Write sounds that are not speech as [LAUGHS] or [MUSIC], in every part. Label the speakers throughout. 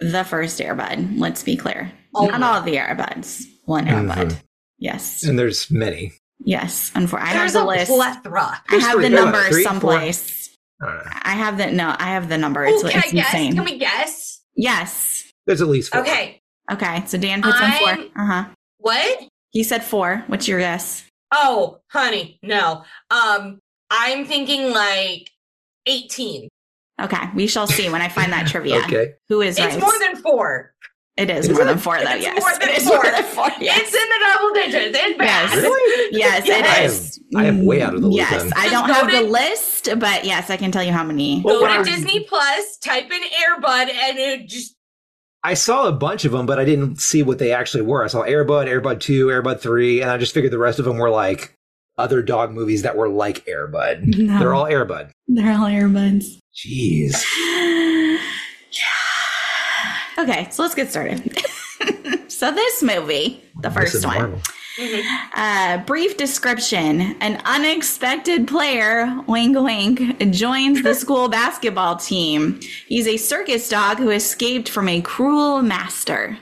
Speaker 1: the first Airbud. Let's be clear. Not
Speaker 2: Only.
Speaker 1: all of the Airbuds. One Airbud.
Speaker 3: Mhm.
Speaker 1: Yes.
Speaker 3: And there's many.
Speaker 1: Yes. Unfortunately, I have
Speaker 2: There's
Speaker 1: the
Speaker 2: a
Speaker 1: list.
Speaker 2: plethora.
Speaker 1: I
Speaker 3: There's
Speaker 1: have
Speaker 3: three.
Speaker 1: the
Speaker 3: There's
Speaker 1: number
Speaker 3: three, four.
Speaker 1: someplace.
Speaker 3: I don't know.
Speaker 1: I have the no. I have the number. It's,
Speaker 2: Ooh, can I
Speaker 1: it's
Speaker 2: guess?
Speaker 1: insane.
Speaker 2: Can we guess?
Speaker 1: yes.
Speaker 3: There's at least four.
Speaker 2: Okay.
Speaker 1: Okay. So Dan puts in four.
Speaker 2: I'm-
Speaker 1: Uh huh.
Speaker 2: What?
Speaker 1: He said four. What's your guess?
Speaker 2: Oh, honey, no. Um, I'm thinking like 18.
Speaker 1: Okay. We shall see when I find that trivia.
Speaker 3: [LAUGHS] Okay.
Speaker 1: Who is
Speaker 2: It's
Speaker 1: right?
Speaker 2: more than four.
Speaker 1: it is
Speaker 3: Is
Speaker 1: more
Speaker 3: it?
Speaker 1: than four, though.
Speaker 2: It's
Speaker 1: yes.
Speaker 2: more
Speaker 1: [LAUGHS]
Speaker 2: than
Speaker 1: it is
Speaker 2: four.
Speaker 1: more than
Speaker 2: [LAUGHS]
Speaker 1: four. Yes.
Speaker 2: It's in the double digits. It's bad.
Speaker 1: Yes.
Speaker 3: Really?
Speaker 1: Yes,
Speaker 3: I
Speaker 1: it
Speaker 3: am-
Speaker 1: is.
Speaker 3: I am way out of the loop
Speaker 1: Yes,
Speaker 3: then.
Speaker 1: I
Speaker 2: Just
Speaker 1: don't
Speaker 2: go
Speaker 1: have
Speaker 2: to-
Speaker 1: the list, but yes, I can tell you how many.
Speaker 3: Well,
Speaker 2: Go
Speaker 3: when I-
Speaker 2: to Disney Plus, type in Airbud, and it just
Speaker 3: I saw a bunch of them, but I didn't see what they actually were. I saw Airbud, Airbud 2, Airbud 3, and I just figured the rest of them were like other dog movies that were like Airbud.
Speaker 1: No.
Speaker 3: They're all Airbud.
Speaker 1: They're all earbuds.
Speaker 2: [SIGHS]
Speaker 3: Jeez.
Speaker 1: yeah. Okay, so let's get started. [LAUGHS] so this movie, the
Speaker 3: This
Speaker 1: first
Speaker 3: is
Speaker 1: one.
Speaker 3: Marvel.
Speaker 1: Uh, brief description. An unexpected player, wink wink, joins
Speaker 2: [LAUGHS]
Speaker 1: the school basketball team. He's a circus dog who escaped from a cruel master.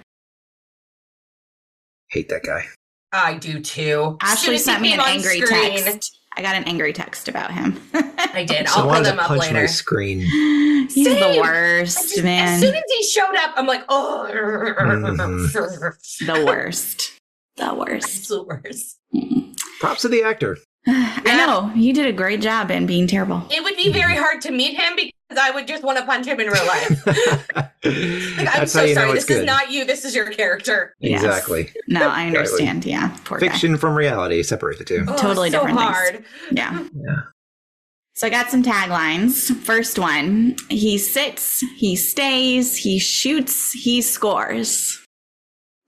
Speaker 3: Hate that guy.
Speaker 2: I do too.
Speaker 1: Ashley
Speaker 2: As soon as
Speaker 1: sent
Speaker 2: he
Speaker 1: me an
Speaker 2: came on
Speaker 1: angry
Speaker 2: screen-
Speaker 1: text. I got an angry text about him. [LAUGHS]
Speaker 2: I did. I'll
Speaker 3: Someone
Speaker 2: pull
Speaker 3: to
Speaker 2: them up
Speaker 3: punch my
Speaker 2: later.
Speaker 3: screen.
Speaker 1: He's the
Speaker 2: Same. I
Speaker 1: worst,
Speaker 2: just- As
Speaker 1: man.
Speaker 2: soon as he showed up, I'm like, oh,
Speaker 1: the worst. The worst.
Speaker 2: it's the worst.
Speaker 3: Props to
Speaker 2: [LAUGHS]
Speaker 3: the actor.
Speaker 1: I know. You did a great job in being terrible.
Speaker 2: It would be
Speaker 3: Mm-hmm.
Speaker 2: very hard to meet him because I would just want to punch him in real life.
Speaker 3: [LAUGHS]
Speaker 2: Like, I'm
Speaker 3: That's
Speaker 2: so
Speaker 3: how you
Speaker 2: sorry.
Speaker 3: know it's
Speaker 2: This is
Speaker 3: good.
Speaker 2: not you. This is your character.
Speaker 1: Yes.
Speaker 3: Exactly.
Speaker 1: No, I understand. Yeah. Poor guy.
Speaker 3: Fiction from reality. Separate the two.
Speaker 2: Oh,
Speaker 1: Totally
Speaker 2: so
Speaker 1: different things.
Speaker 2: hard.
Speaker 1: Yeah.
Speaker 3: Yeah.
Speaker 1: So I got some taglines. First one he sits, he stays, he shoots, he scores.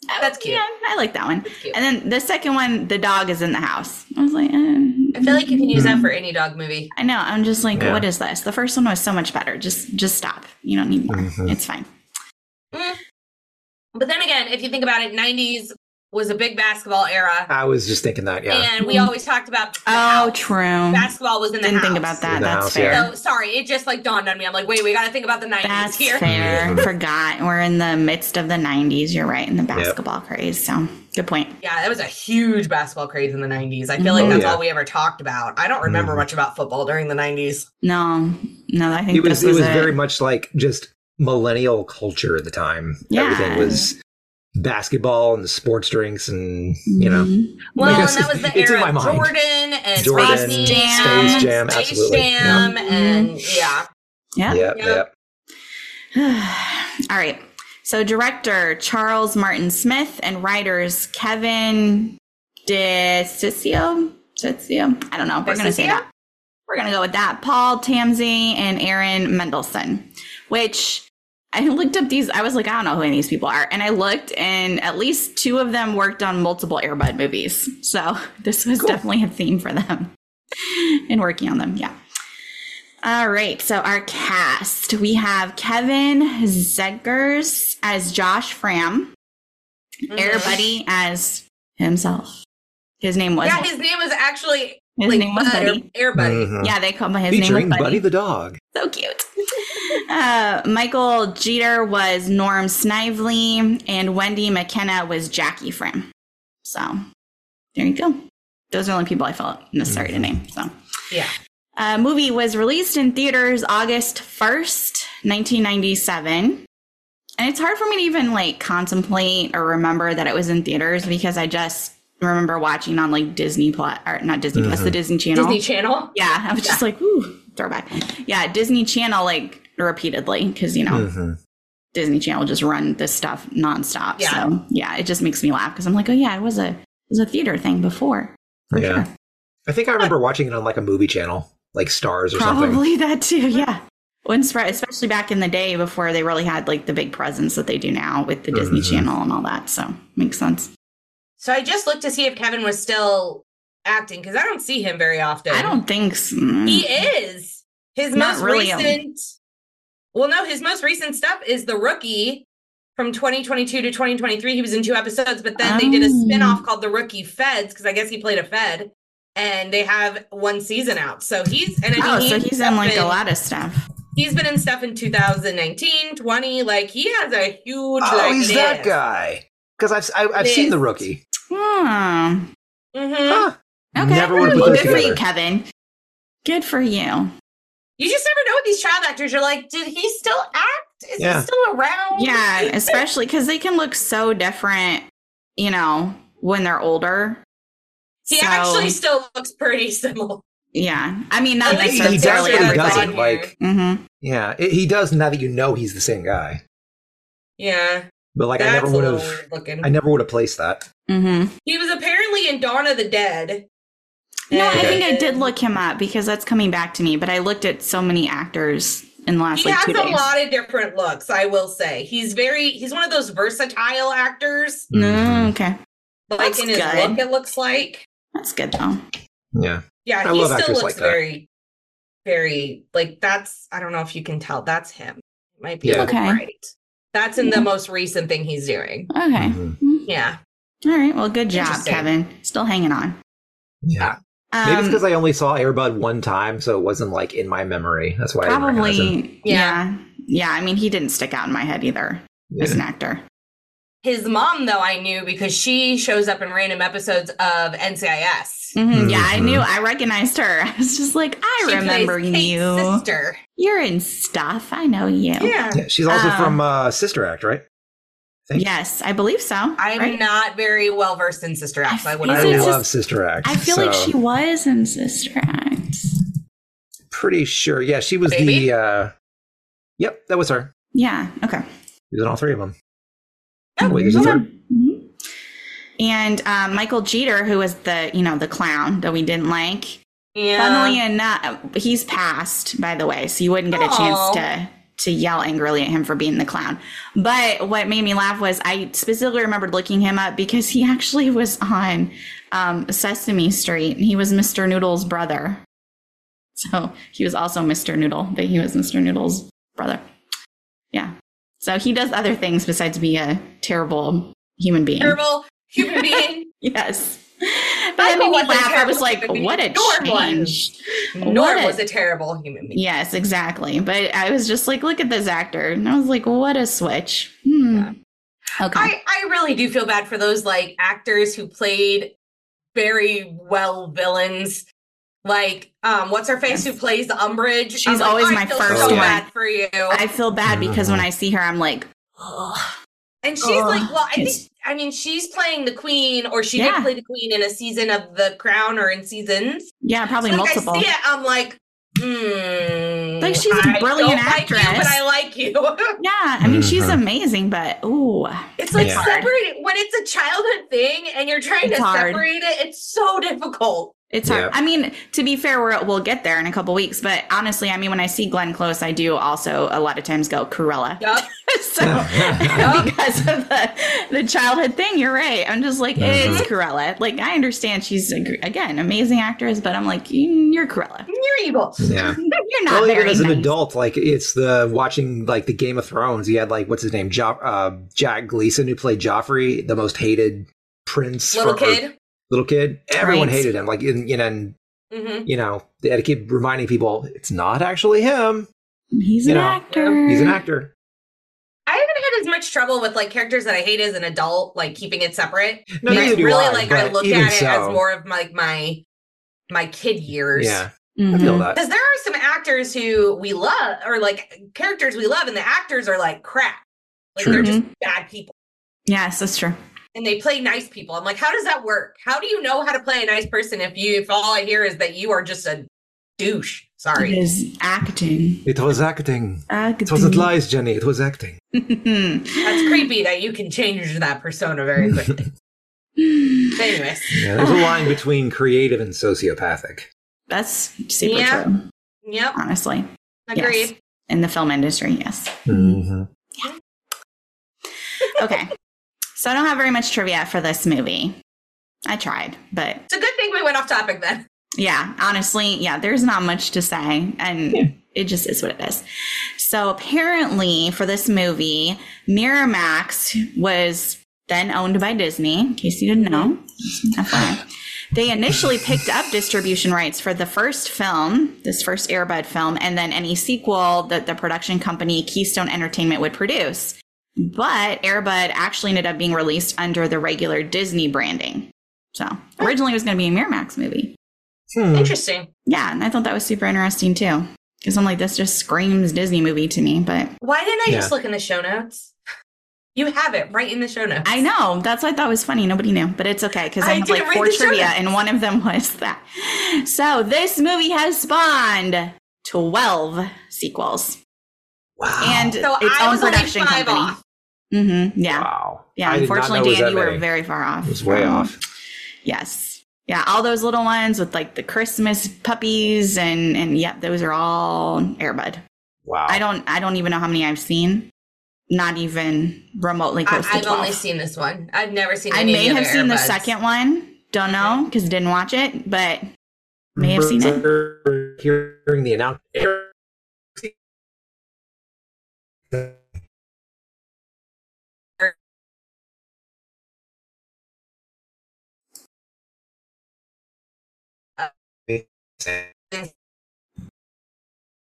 Speaker 2: Oh, That's cute.
Speaker 1: Yeah, I like that one.
Speaker 2: cute.
Speaker 1: And then the second one, the dog is in the house. I was like, eh.
Speaker 2: I feel like you can use
Speaker 3: Mm-hmm.
Speaker 2: that for any dog movie.
Speaker 1: I know. I'm just like,
Speaker 3: Yeah.
Speaker 1: what is this? The first one was so much better. Just, just stop. You don't need more.
Speaker 3: Mhm.
Speaker 1: It's fine.
Speaker 2: But then again, if you think about it, 90s was a big basketball era.
Speaker 3: I was just thinking that. Yeah.
Speaker 2: And we always talked about the
Speaker 1: Mm-hmm. Oh,
Speaker 2: house.
Speaker 1: true.
Speaker 2: basketball was in the
Speaker 1: Didn't
Speaker 2: house.
Speaker 1: think about that.
Speaker 3: In the
Speaker 1: That's
Speaker 3: house,
Speaker 1: fair.
Speaker 3: yeah.
Speaker 2: So sorry, it just like dawned on me. I'm like, wait, we got to think about the 90s
Speaker 1: That's
Speaker 2: here.
Speaker 1: fair.
Speaker 3: Mhm.
Speaker 1: Forgot. We're in the midst of the 90s. You're right. In the basketball craze. So good point.
Speaker 2: Yeah, that was a huge basketball craze in the 90s. I feel like
Speaker 1: Mm-hmm.
Speaker 3: Mhm.
Speaker 2: that's
Speaker 3: Oh, yeah.
Speaker 2: all we ever talked about. I don't remember
Speaker 3: Mhm.
Speaker 2: much about football during the 90s.
Speaker 1: No, no, I think
Speaker 3: it
Speaker 1: this
Speaker 3: was, it was
Speaker 1: it.
Speaker 3: very much like just millennial culture at the time.
Speaker 1: Yeah.
Speaker 3: Everything was basketball and the sports drinks and you know
Speaker 1: Mhm.
Speaker 2: Well,
Speaker 3: Like,
Speaker 2: and
Speaker 3: it's-
Speaker 2: that was the
Speaker 3: it's in
Speaker 2: era
Speaker 3: my
Speaker 2: of
Speaker 3: mind.
Speaker 2: Jordan and
Speaker 3: Jordan,
Speaker 2: Space Jam,
Speaker 1: Jam,
Speaker 3: Space Jam,
Speaker 2: Space
Speaker 3: absolutely.
Speaker 2: Jam, and yeah.
Speaker 1: Yeah.
Speaker 3: Yeah. Yep,
Speaker 2: Yeah.
Speaker 3: yep.
Speaker 1: All right. So director Charles Martin Smith and writers Kevin DeCiccio. Ciccio? I don't know. We're gonna say
Speaker 2: DeCiccio?
Speaker 1: that. We're gonna go with that. Paul Tamsey and Aaron Mendelson, which I [LAUGHS] looked up these. I was like, I don't know who any of these people are, and I looked, and at least two of them worked on multiple Airbud movies. So [LAUGHS] this was definitely a theme for them [LAUGHS] in working on them. Yeah. All right, so our cast we have Kevin Zegers as Josh Fram, Air
Speaker 2: Mhm.
Speaker 1: Buddy as himself. His name was
Speaker 2: Yeah,
Speaker 1: his,
Speaker 2: his name was actually
Speaker 1: name was
Speaker 2: uh,
Speaker 1: Buddy.
Speaker 2: Air, Air Buddy.
Speaker 3: Mhm.
Speaker 1: Yeah, they called him his name
Speaker 3: Featuring
Speaker 1: was
Speaker 3: Buddy.
Speaker 1: Buddy.
Speaker 3: the dog.
Speaker 1: So cute. Uh, Michael Jeter was Norm Snively, and Wendy McKenna was Jackie Fram. So there you go. Those are the only people I felt necessary to name. So.
Speaker 2: Yeah.
Speaker 1: Uh, movie was released in theaters August 1st, 1997. And it's hard for me to even like contemplate or remember that it was in theaters because I just remember watching on like Disney Plus or not Disney Plus, the Disney Channel.
Speaker 2: Disney Channel.
Speaker 1: yeah, I was just like, ooh, throwback. Yeah, Disney Channel like repeatedly because you know
Speaker 3: Mhm.
Speaker 1: Disney Channel just run this stuff nonstop.
Speaker 2: Yeah.
Speaker 1: So yeah, it just makes me laugh because I'm like, oh yeah, it was a it was a theater thing before. For
Speaker 3: Yeah.
Speaker 1: sure.
Speaker 3: I think I remember watching it on like a movie channel, like Stars or
Speaker 1: [LAUGHS]
Speaker 3: something.
Speaker 1: Probably that too, yeah. When spread, especially back in the day before they really had like the big presence that they do now with the Disney
Speaker 3: Mhm.
Speaker 1: Channel and all that. So makes sense.
Speaker 2: So I just looked to see if Kevin was still acting because I don't see him very often.
Speaker 1: I don't think s- mm,
Speaker 2: He is. His
Speaker 1: Not
Speaker 2: most
Speaker 1: really, um,
Speaker 2: recent. Well, no, his most recent stuff is The Rookie from 2022 to 2023. He was in two episodes, but then they did a
Speaker 1: Oh.
Speaker 2: spin-off called The Rookie Feds because I guess he played a Fed. And they have one season out. So he's and I mean,
Speaker 1: Oh, so
Speaker 2: he's
Speaker 1: he's in like
Speaker 2: been,
Speaker 1: a lot of stuff.
Speaker 2: He's been in stuff in 2019, 20. Like he has a huge.
Speaker 3: Oh,
Speaker 2: like,
Speaker 3: he's that
Speaker 2: list.
Speaker 3: guy. Because I've I, I've seen
Speaker 2: Liz.
Speaker 3: the rookie.
Speaker 1: Hmm.
Speaker 2: Mhm.
Speaker 3: Huh.
Speaker 1: Okay.
Speaker 3: Never would have
Speaker 1: Ooh,
Speaker 3: put
Speaker 1: good
Speaker 3: those
Speaker 1: for you,
Speaker 3: together.
Speaker 1: Kevin. Good for you.
Speaker 2: You just never know with these child actors. You're like, did he still act? Is
Speaker 3: Yeah.
Speaker 2: he still around?
Speaker 1: Yeah, especially because they can look so different, you know, when they're older.
Speaker 2: He
Speaker 1: So,
Speaker 2: actually still looks pretty similar.
Speaker 1: yeah. I mean, not
Speaker 2: At least
Speaker 3: He,
Speaker 2: that's
Speaker 3: he does.
Speaker 1: necessarily
Speaker 2: what
Speaker 3: He
Speaker 2: I've
Speaker 1: everybody.
Speaker 3: doesn't
Speaker 2: done here.
Speaker 3: like.
Speaker 1: hmm
Speaker 3: Yeah, it, he does. Now that you know he's the same guy,
Speaker 2: Yeah.
Speaker 3: but like I never
Speaker 2: a
Speaker 3: would
Speaker 2: little
Speaker 3: have.
Speaker 2: weird looking.
Speaker 3: I never would have placed that.
Speaker 1: hmm
Speaker 2: He was apparently in Dawn of the Dead.
Speaker 1: No, I think I
Speaker 2: And-
Speaker 1: did look him up because that's coming back to me. But I looked at so many actors in the last
Speaker 2: He
Speaker 1: like
Speaker 2: has
Speaker 1: two
Speaker 2: a
Speaker 1: days.
Speaker 2: lot of different looks, I will say. He's very he's one of those versatile actors.
Speaker 1: Mm, okay,
Speaker 2: Like
Speaker 1: That's
Speaker 2: in his
Speaker 1: good.
Speaker 2: look, it looks like.
Speaker 1: that's good though.
Speaker 3: Yeah.
Speaker 2: Yeah,
Speaker 3: I
Speaker 2: he
Speaker 3: love
Speaker 2: still
Speaker 3: actors
Speaker 2: looks
Speaker 3: like that.
Speaker 2: very, very like that's I don't know if you can tell. That's him. Might be
Speaker 3: Yeah.
Speaker 2: looking
Speaker 1: Okay.
Speaker 2: right. That's in the
Speaker 1: Yeah.
Speaker 2: most recent thing he's doing.
Speaker 1: Okay,
Speaker 3: Mhm.
Speaker 2: Yeah.
Speaker 1: all right. Well, good job,
Speaker 2: Interesting.
Speaker 1: Kevin. Still hanging on.
Speaker 3: Yeah.
Speaker 1: Um,
Speaker 3: Maybe it's because I only saw Airbud one time, so it wasn't like in my memory. That's why I didn't recognize him.
Speaker 1: probably.
Speaker 2: Yeah.
Speaker 1: Yeah. yeah, I mean, he didn't stick out in my head either as an actor.
Speaker 2: His mom, though, I knew because she shows up in random episodes of NCIS.
Speaker 1: Mhm, Yeah, I
Speaker 3: Mhm.
Speaker 1: knew. I recognized her. [LAUGHS] I was just like, I
Speaker 2: She plays
Speaker 1: remember
Speaker 2: Kate's
Speaker 1: you.
Speaker 2: sister.
Speaker 1: You're in stuff. I know you.
Speaker 2: Yeah.
Speaker 3: Yeah, she's also
Speaker 1: Uh,
Speaker 3: from uh, Sister Act, right? Thank-
Speaker 1: Yes, I believe so.
Speaker 2: I'm
Speaker 1: right?
Speaker 2: not very well versed in Sister Act, so I wouldn't
Speaker 3: I
Speaker 1: Is it
Speaker 2: know.
Speaker 1: just-
Speaker 3: love Sister Act.
Speaker 1: I feel like
Speaker 3: so
Speaker 1: she was in Sister Act.
Speaker 3: Pretty sure. Yeah, she was
Speaker 2: Maybe?
Speaker 3: the. uh Yep, that was her.
Speaker 1: Yeah. Okay.
Speaker 3: She was in all three of them.
Speaker 2: Oh,
Speaker 3: Wait, there's a
Speaker 1: okay.
Speaker 3: third.
Speaker 1: Mhm. And um, Michael Jeter, who was the you know the clown that we didn't like,
Speaker 2: Yeah.
Speaker 1: funnily enough, he's passed by the way, so you wouldn't get a
Speaker 2: Aw.
Speaker 1: chance to to yell angrily at him for being the clown. But what made me laugh was I specifically remembered looking him up because he actually was on um, Sesame Street. and He was Mr. Noodle's brother, so he was also Mr. Noodle, but he was Mr. Noodle's brother. Yeah. So he does other things besides be a terrible human being.
Speaker 2: terrible human being.
Speaker 1: Yes. But
Speaker 2: I
Speaker 1: I made me
Speaker 2: wasn't
Speaker 1: laugh. I
Speaker 2: terrible
Speaker 1: was like,
Speaker 2: human being.
Speaker 1: what a
Speaker 2: Norm was.
Speaker 1: change.
Speaker 2: Nor
Speaker 1: [LAUGHS] What a-
Speaker 2: was a terrible human being.
Speaker 1: Yes, exactly. But I was just like, look at this actor. And I was like, what a switch. Hmm. Okay.
Speaker 2: I, I really do feel bad for those like actors who played very well villains. Like, um, what's her face who plays Umbridge?
Speaker 1: She's
Speaker 2: I'm like, "Oh,
Speaker 1: always
Speaker 2: I
Speaker 1: my
Speaker 2: feel
Speaker 1: first
Speaker 2: so
Speaker 3: one.
Speaker 2: bad for you.
Speaker 1: I feel bad because when I see her, I'm like, ugh.
Speaker 2: and she's
Speaker 1: Ugh.
Speaker 2: like, well, I think
Speaker 1: Yes.
Speaker 2: I mean she's playing the queen, or she did
Speaker 1: Yeah.
Speaker 2: play the queen in a season of The Crown, or in seasons.
Speaker 1: yeah, probably
Speaker 2: So, like,
Speaker 1: multiple.
Speaker 2: I see it, I'm like, mm,
Speaker 1: Like, she's a
Speaker 2: I
Speaker 1: brilliant
Speaker 2: don't like you,
Speaker 1: actress.
Speaker 2: but I like you. [LAUGHS]
Speaker 1: Yeah, I mean, she's
Speaker 3: Mhm.
Speaker 1: amazing, but ooh.
Speaker 2: It's like
Speaker 1: Yeah.
Speaker 2: separate it when it's a childhood thing and you're trying
Speaker 1: It's
Speaker 2: to
Speaker 1: hard.
Speaker 2: separate it. It's so difficult.
Speaker 1: It's hard.
Speaker 3: Yeah.
Speaker 1: I mean, to be fair, we're, we'll get there in a couple weeks. But honestly, I mean, when I see Glenn Close, I do also a lot of times go Cruella.
Speaker 2: Yup.
Speaker 1: [LAUGHS]
Speaker 3: [LAUGHS]
Speaker 1: so because of the, the childhood thing, you're right. I'm just like, it's Cruella. Like, I understand she's, a gr- again, amazing actress, but I'm like, "Mm, you're Cruella.
Speaker 2: You're evil.
Speaker 3: Yeah.
Speaker 1: [LAUGHS] You're not
Speaker 3: Well, even
Speaker 1: very
Speaker 3: as an
Speaker 1: nice.
Speaker 3: adult, like it's the watching like the Game of Thrones. You had like what's his name, jo- uh, Jack Gleason, who played Joffrey, the most hated prince,
Speaker 2: Little
Speaker 3: for- or
Speaker 2: kid.
Speaker 3: Little kid. Everyone
Speaker 1: Right.
Speaker 3: hated him. Like in, you know, and
Speaker 2: Mm-hmm.
Speaker 3: you know, they had to keep reminding people it's not actually him.
Speaker 1: He's an
Speaker 3: you know,
Speaker 1: actor.
Speaker 3: He's an
Speaker 2: Mm.
Speaker 3: actor.
Speaker 2: I haven't had as much trouble with like characters that I hate as an adult, like keeping it separate.
Speaker 3: No,
Speaker 2: Because
Speaker 3: neither do
Speaker 2: really,
Speaker 3: I,
Speaker 2: like I
Speaker 3: but
Speaker 2: look
Speaker 3: even
Speaker 2: at it as
Speaker 3: so-
Speaker 2: more of like my my kid years.
Speaker 3: Yeah, I
Speaker 1: Mhm.
Speaker 3: feel that.
Speaker 2: Because there are some actors who we love, or like characters we love, and the actors are like crap. Like they're
Speaker 3: True.
Speaker 2: just bad people,
Speaker 1: Yes, that's true.
Speaker 2: and they play nice people. I'm like, how does that work? How do you know how to play a nice person if you if all I hear is that you are just a douche?
Speaker 1: It
Speaker 2: Sorry.
Speaker 1: is acting.
Speaker 3: It was acting.
Speaker 1: Acting.
Speaker 3: It wasn't lies, Jenny. It was acting.
Speaker 1: [LAUGHS]
Speaker 2: That's creepy that you can change that persona very quickly. But anyways,
Speaker 3: Yeah, there's a
Speaker 2: Ah.
Speaker 3: line between creative and sociopathic.
Speaker 1: That's super
Speaker 2: Yeah.
Speaker 1: true,
Speaker 2: yep,
Speaker 1: honestly.
Speaker 2: agreed.
Speaker 1: Yes. In the film industry, yes.
Speaker 3: Mm-hmm.
Speaker 1: Okay. so I don't have very much trivia for this movie. I tried, but
Speaker 2: It's a good thing we went off topic then.
Speaker 1: yeah, honestly, yeah, there's not much to say. And it just is what it is. So apparently, for this movie, Miramax was then owned by Disney, in case you didn't know. FYI. They initially picked up distribution rights for the first film, this first Airbud film, and then any sequel that the production company Keystone Entertainment would produce. But Airbud actually ended up being released under the regular Disney branding. So originally it was going to be a Miramax movie.
Speaker 3: Hmm.
Speaker 2: Interesting.
Speaker 1: Yeah, and I thought that was super interesting too. Because I'm like, this just screams Disney movie to me. But
Speaker 2: Why didn't I
Speaker 3: Yeah.
Speaker 2: just look in the show notes? [LAUGHS] You have it right in the show notes.
Speaker 1: I know that's what I thought was funny. Nobody knew, but it's okay because I,
Speaker 2: I
Speaker 1: have
Speaker 2: didn't
Speaker 1: like
Speaker 2: read
Speaker 1: four
Speaker 2: the show
Speaker 1: trivia,
Speaker 2: notes.
Speaker 1: and one of them [LAUGHS] was that. So this movie has spawned twelve sequels
Speaker 3: Wow.
Speaker 1: and
Speaker 2: So
Speaker 1: its
Speaker 2: I
Speaker 1: own
Speaker 2: was only
Speaker 1: production
Speaker 2: five
Speaker 1: company.
Speaker 2: off.
Speaker 1: Mm-hmm. Yeah,
Speaker 3: Wow.
Speaker 1: yeah.
Speaker 3: I did not know it
Speaker 1: Unfortunately,
Speaker 3: was
Speaker 1: Dan,
Speaker 3: that
Speaker 1: you were
Speaker 3: many.
Speaker 1: very far off.
Speaker 3: It was way
Speaker 1: from-
Speaker 3: off.
Speaker 1: Yes. Yeah, all those little ones with like the Christmas puppies and and yep, those are all Airbud.
Speaker 3: Wow.
Speaker 1: I don't I don't even know how many I've seen. Not even remotely
Speaker 2: I,
Speaker 1: close to
Speaker 2: I've
Speaker 1: 12.
Speaker 2: only seen this one. I've never seen.
Speaker 1: I
Speaker 2: any
Speaker 1: may
Speaker 2: of
Speaker 1: have
Speaker 2: the
Speaker 1: seen the
Speaker 2: Airbuds.
Speaker 1: second one. Don't know because didn't watch it, but may have seen it.
Speaker 3: it. Hearing the announcement.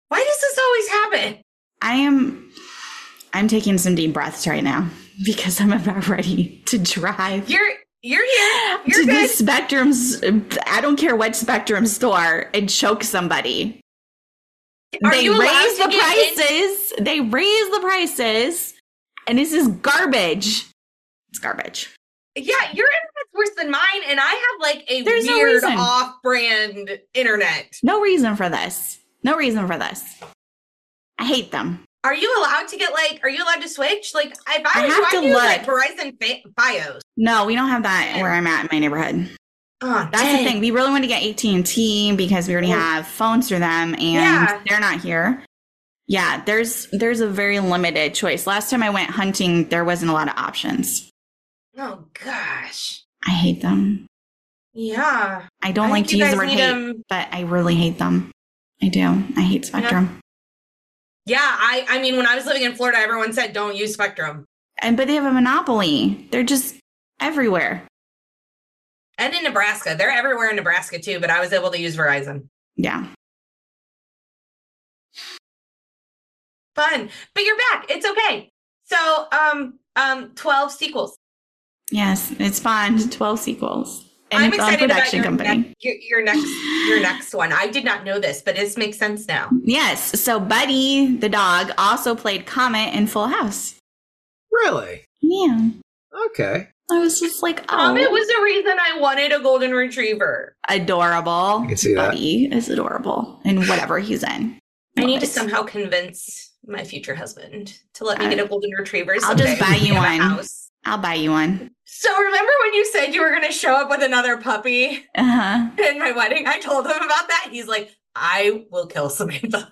Speaker 2: Why does this always happen?
Speaker 1: I am I'm taking some deep breaths right now [LAUGHS] because I'm about ready to drive [LAUGHS]
Speaker 2: You're you're here. You're
Speaker 1: to
Speaker 2: good.
Speaker 1: the Spectrum's I don't care what Spectrum store and choke somebody.
Speaker 2: Are
Speaker 1: they
Speaker 2: you allowed
Speaker 1: raise
Speaker 2: to
Speaker 1: the
Speaker 2: get in-
Speaker 1: prices. They raise the prices. And this is garbage. It's garbage.
Speaker 2: Yeah, your internet's worse than mine, and I have like a
Speaker 1: There's no
Speaker 2: weird
Speaker 1: reason.
Speaker 2: off-brand internet.
Speaker 1: No reason for this. No reason for this. I hate them.
Speaker 2: Are you allowed to get like? Are you allowed to switch? Like, if I,
Speaker 1: I
Speaker 2: was
Speaker 1: have
Speaker 2: you, I'd
Speaker 1: to
Speaker 2: use, like Verizon fa- Fios.
Speaker 1: No, we don't have that where I'm at in my neighborhood.
Speaker 2: Oh,
Speaker 1: That's the
Speaker 2: dang.
Speaker 1: thing. We really want to get AT&T because we already
Speaker 2: Mm.
Speaker 1: have phones through them and
Speaker 2: Yeah.
Speaker 1: they're not here. Yeah, there's there's a very limited choice. Last time I went hunting, there wasn't a lot of options.
Speaker 2: Oh gosh.
Speaker 1: I hate them.
Speaker 2: Yeah.
Speaker 1: I don't
Speaker 2: I
Speaker 1: like
Speaker 2: think
Speaker 1: to
Speaker 2: you
Speaker 1: use
Speaker 2: guys
Speaker 1: the word
Speaker 2: need
Speaker 1: hate,
Speaker 2: um,
Speaker 1: but I really hate them. I do. I hate Spectrum.
Speaker 2: Yeah, I I mean, when I was living in Florida, everyone said don't use Spectrum,
Speaker 1: and but they have a monopoly. They're just everywhere.
Speaker 2: and in Nebraska, they're everywhere in Nebraska too. But I was able to use Verizon.
Speaker 1: Yeah.
Speaker 2: Fun, but you're back. It's okay. So, um, um, twelve sequels.
Speaker 1: Yes, it's fun. Twelve sequels. And
Speaker 2: I'm
Speaker 1: it's on a
Speaker 2: excited about
Speaker 1: production
Speaker 2: your,
Speaker 1: company.
Speaker 2: next- your, your next your next one. I did not know this, but this makes sense now.
Speaker 1: Yes. So Buddy the dog also played Comet in Full House.
Speaker 3: Really?
Speaker 1: Yeah.
Speaker 3: Okay.
Speaker 1: I was just like, oh,
Speaker 2: Um, it was the reason I wanted a golden retriever.
Speaker 1: adorable.
Speaker 3: I can see that.
Speaker 1: Buddy is adorable in whatever he's in.
Speaker 2: I need
Speaker 1: Love
Speaker 2: to
Speaker 1: it.
Speaker 2: somehow convince my future husband to let me
Speaker 1: I-
Speaker 2: get a golden retriever.
Speaker 1: Uh, I'll just
Speaker 2: someday
Speaker 1: buy
Speaker 2: when we [LAUGHS]
Speaker 1: you
Speaker 2: have a
Speaker 1: one.
Speaker 2: House.
Speaker 1: I'll buy you one.
Speaker 2: So remember when you said you were going to show up with another puppy
Speaker 1: Uh huh.
Speaker 2: in my wedding? I told him about that. He's like, "I will kill Samantha.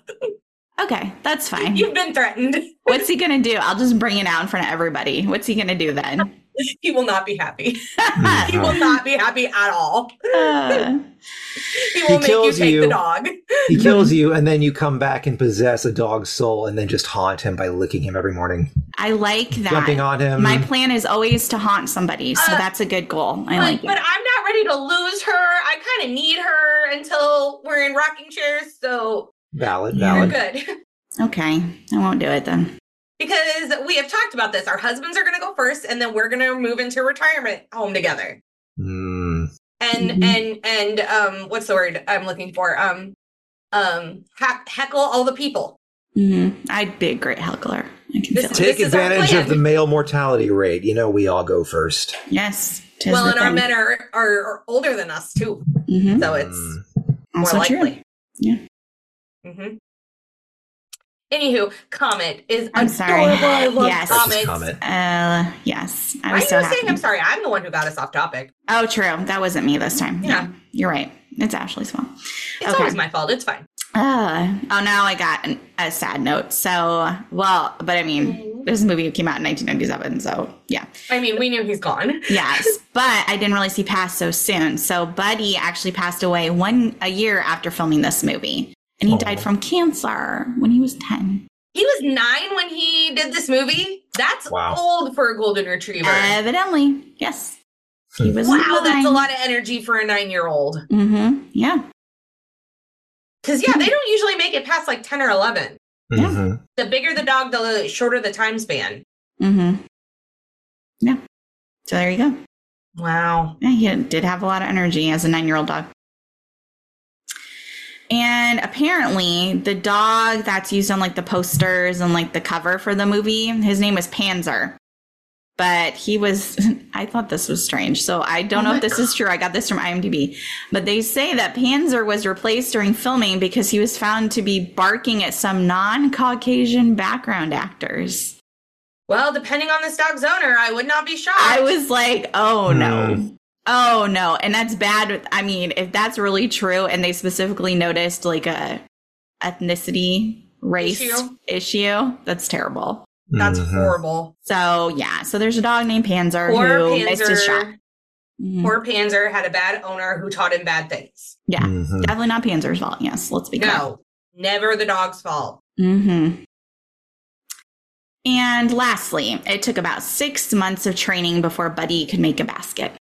Speaker 1: Okay, that's fine.
Speaker 2: [LAUGHS] You've been threatened.
Speaker 1: What's he gonna do? I'll just bring it out in front of everybody. What's he gonna do then?
Speaker 2: He will not be happy. [LAUGHS] He will
Speaker 1: Uh-huh.
Speaker 3: Mm-hmm.
Speaker 2: not be happy at all.
Speaker 1: Uh,
Speaker 2: He will make you
Speaker 3: kills
Speaker 2: take the
Speaker 3: you.
Speaker 2: dog."
Speaker 3: He kills you, and then you come back and possess a dog's soul, and then just haunt him by licking him every morning,
Speaker 1: I like that.
Speaker 3: jumping on him.
Speaker 1: My plan is always to haunt somebody, so
Speaker 2: Uh,
Speaker 1: that's a good goal. I
Speaker 2: but,
Speaker 1: like
Speaker 2: but
Speaker 1: it.
Speaker 2: I'm not ready to lose her. I kind of need her until we're in rocking chairs. So
Speaker 3: valid,
Speaker 1: Yeah.
Speaker 2: we're
Speaker 3: valid.
Speaker 2: good. [LAUGHS]
Speaker 1: Okay, I won't do it then.
Speaker 2: Because we have talked about this. Our husbands are going to go first, and then we're going to move into retirement home together.
Speaker 3: Mm.
Speaker 2: And
Speaker 1: Mhm.
Speaker 2: and and um, what's the word I'm looking for? Um, um, ha- heckle all the people.
Speaker 1: hmm I'd be a great heckler. I can
Speaker 2: This
Speaker 1: feel
Speaker 2: is-
Speaker 1: it.
Speaker 3: Take
Speaker 2: This our
Speaker 3: advantage
Speaker 2: plan.
Speaker 3: of the male mortality rate. You know, we all go first.
Speaker 1: Yes. tis
Speaker 2: Well,
Speaker 1: the
Speaker 2: and our
Speaker 1: thing.
Speaker 2: men are, are are older than us too,
Speaker 1: Mhm.
Speaker 2: so it's
Speaker 3: Mm.
Speaker 2: more
Speaker 1: Also true.
Speaker 2: likely.
Speaker 1: Yeah.
Speaker 2: Mm-hmm. Anywho, Comet is
Speaker 1: I'm
Speaker 2: adorable.
Speaker 1: sorry. [LAUGHS]
Speaker 2: I love
Speaker 1: Yes.
Speaker 3: Let's
Speaker 2: Comets.
Speaker 3: just comment.
Speaker 1: Uh, yes. I
Speaker 2: I
Speaker 1: was
Speaker 2: am
Speaker 1: so
Speaker 2: just saying, I'm
Speaker 1: happy.
Speaker 2: sorry. I'm the one who got us off topic.
Speaker 1: Oh, true. That wasn't me this time.
Speaker 2: Yeah.
Speaker 1: You're right. It's Ashley's fault.
Speaker 2: It's
Speaker 1: Okay.
Speaker 2: always my fault. It's fine.
Speaker 1: Uh, oh, now I got an, a sad note. So, well, but I
Speaker 2: Mm-hmm.
Speaker 1: mean, this movie came out in 1997. So, yeah.
Speaker 2: I mean, we knew he's gone.
Speaker 1: Yes, but I didn't really see pass so soon. So Buddy actually passed away one a year after filming this movie, and he
Speaker 3: Oh.
Speaker 1: died from cancer when he was ten.
Speaker 2: He was nine when he did this movie. That's
Speaker 3: Wow.
Speaker 2: old for a golden retriever.
Speaker 1: Evidently, yes,
Speaker 2: Hmm.
Speaker 1: he was.
Speaker 2: wow, that's a lot of energy for a nine-year-old.
Speaker 1: Mm-hmm. Yeah,
Speaker 2: Because yeah, they don't usually make it past like ten or eleven.
Speaker 1: Yeah.
Speaker 3: Mhm.
Speaker 2: The bigger the dog, the shorter the time span.
Speaker 1: mm-hmm. Yeah. So there you go.
Speaker 2: Wow.
Speaker 1: Yeah, he did have a lot of energy as a nine-year-old dog. And apparently, the dog that's used on like the posters and like the cover for the movie, his name was Panzer. But he was, [LAUGHS] I thought this was strange. So I don't know if this is true. I got this from IMDb. But they say that Panzer was replaced during filming because he was found to be barking at some non Caucasian background actors.
Speaker 2: Well, depending on this dog's owner, I would not be shocked.
Speaker 1: I was like, oh no.
Speaker 3: Hmm.
Speaker 1: Oh no. And that's bad. I mean, if that's really true and they specifically noticed like a ethnicity race
Speaker 2: Issue.
Speaker 1: issue. That's terrible.
Speaker 2: That's
Speaker 3: Mhm.
Speaker 2: horrible.
Speaker 1: So yeah, so there's a dog named Panzer
Speaker 2: Mm-hmm. Poor
Speaker 1: who missed his shot.
Speaker 2: Panzer.
Speaker 1: Mhm.
Speaker 2: Poor Panzer had a bad owner who taught him bad things.
Speaker 1: Yeah,
Speaker 3: Mhm.
Speaker 1: definitely not Panzer's fault. Yes, let's be clear.
Speaker 2: No, never the dog's fault.
Speaker 1: Mm-hmm. And lastly, it took about six months of training before Buddy could make a basket.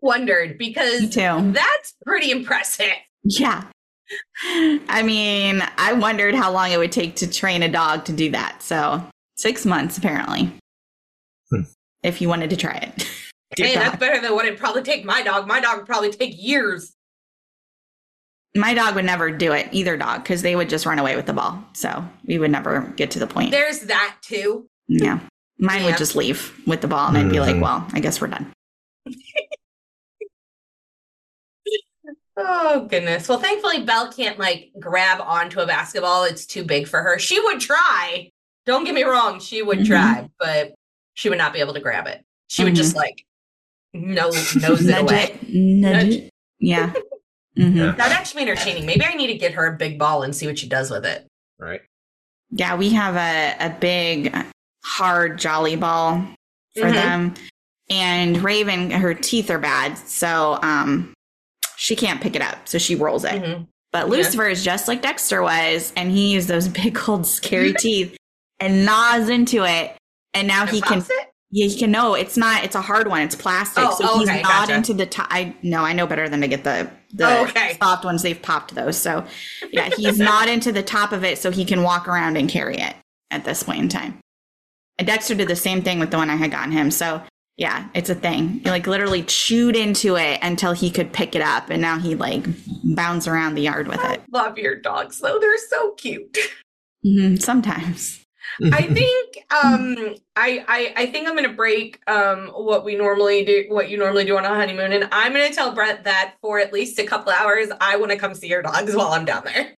Speaker 2: Wondered because
Speaker 1: Me too.
Speaker 2: that's pretty impressive.
Speaker 1: Yeah. I mean, I wondered how long it would take to train a dog to do that. So, six months apparently,
Speaker 3: Hmm.
Speaker 1: if you wanted to try it.
Speaker 2: Hey,
Speaker 1: Dear
Speaker 2: that's
Speaker 1: God.
Speaker 2: better than what it'd probably take my dog. My dog would probably take years.
Speaker 1: My dog would never do it, either dog, because they would just run away with the ball. So, we would never get to the point.
Speaker 2: There's that too.
Speaker 1: yeah. Mine
Speaker 2: Yeah.
Speaker 1: would just leave with the ball, and I'd be like,
Speaker 3: Mhm.
Speaker 1: well, I guess we're done.
Speaker 2: Oh goodness. Well, thankfully Belle can't like grab onto a basketball. It's too big for her. She would try. Don't get me wrong, she would
Speaker 1: Mhm.
Speaker 2: try, but she would not be able to grab it. She would just like no nose it
Speaker 1: Mm-hmm. Nudge
Speaker 2: away.
Speaker 1: it. Nudge
Speaker 2: Nudge.
Speaker 1: it. Yeah. hmm
Speaker 3: Yeah.
Speaker 1: yeah.
Speaker 2: That'd actually be entertaining. Maybe I need to get her a big ball and see what she does with it.
Speaker 3: Right.
Speaker 1: we have a, a big, hard jolly ball for
Speaker 2: Mhm.
Speaker 1: them. And Raven, her teeth are bad. So um, she can't pick it up. So she rolls it.
Speaker 2: Mhm.
Speaker 1: But
Speaker 2: Yeah.
Speaker 1: Lucifer is just like Dexter was. And he used those [LAUGHS] big, old, scary teeth and gnaws into it. And now he
Speaker 2: And
Speaker 1: can
Speaker 2: pops it?
Speaker 1: Yeah, you can. No, it's not. It's a hard one. It's plastic.
Speaker 2: Oh,
Speaker 1: so he's
Speaker 2: okay,
Speaker 1: not
Speaker 2: gotcha.
Speaker 1: into the top. I no, I know better than to get the the
Speaker 2: Oh, okay.
Speaker 1: soft ones. They've popped those. So yeah, he's not into the top of it, so he can walk around and carry it at this point in time. And Dexter did the same thing with the one I had gotten him. So yeah, it's a thing. He like literally chewed into it until he could pick it up, and now he like bounds around the yard with
Speaker 2: I
Speaker 1: it.
Speaker 2: love your dogs though. They're so cute.
Speaker 1: hmm sometimes.
Speaker 3: [LAUGHS]
Speaker 2: I think um I, I I think I'm gonna break um what we normally do what you normally do on a honeymoon and I'm gonna tell Brent that for at least a couple hours I wanna come see your dogs while I'm down there.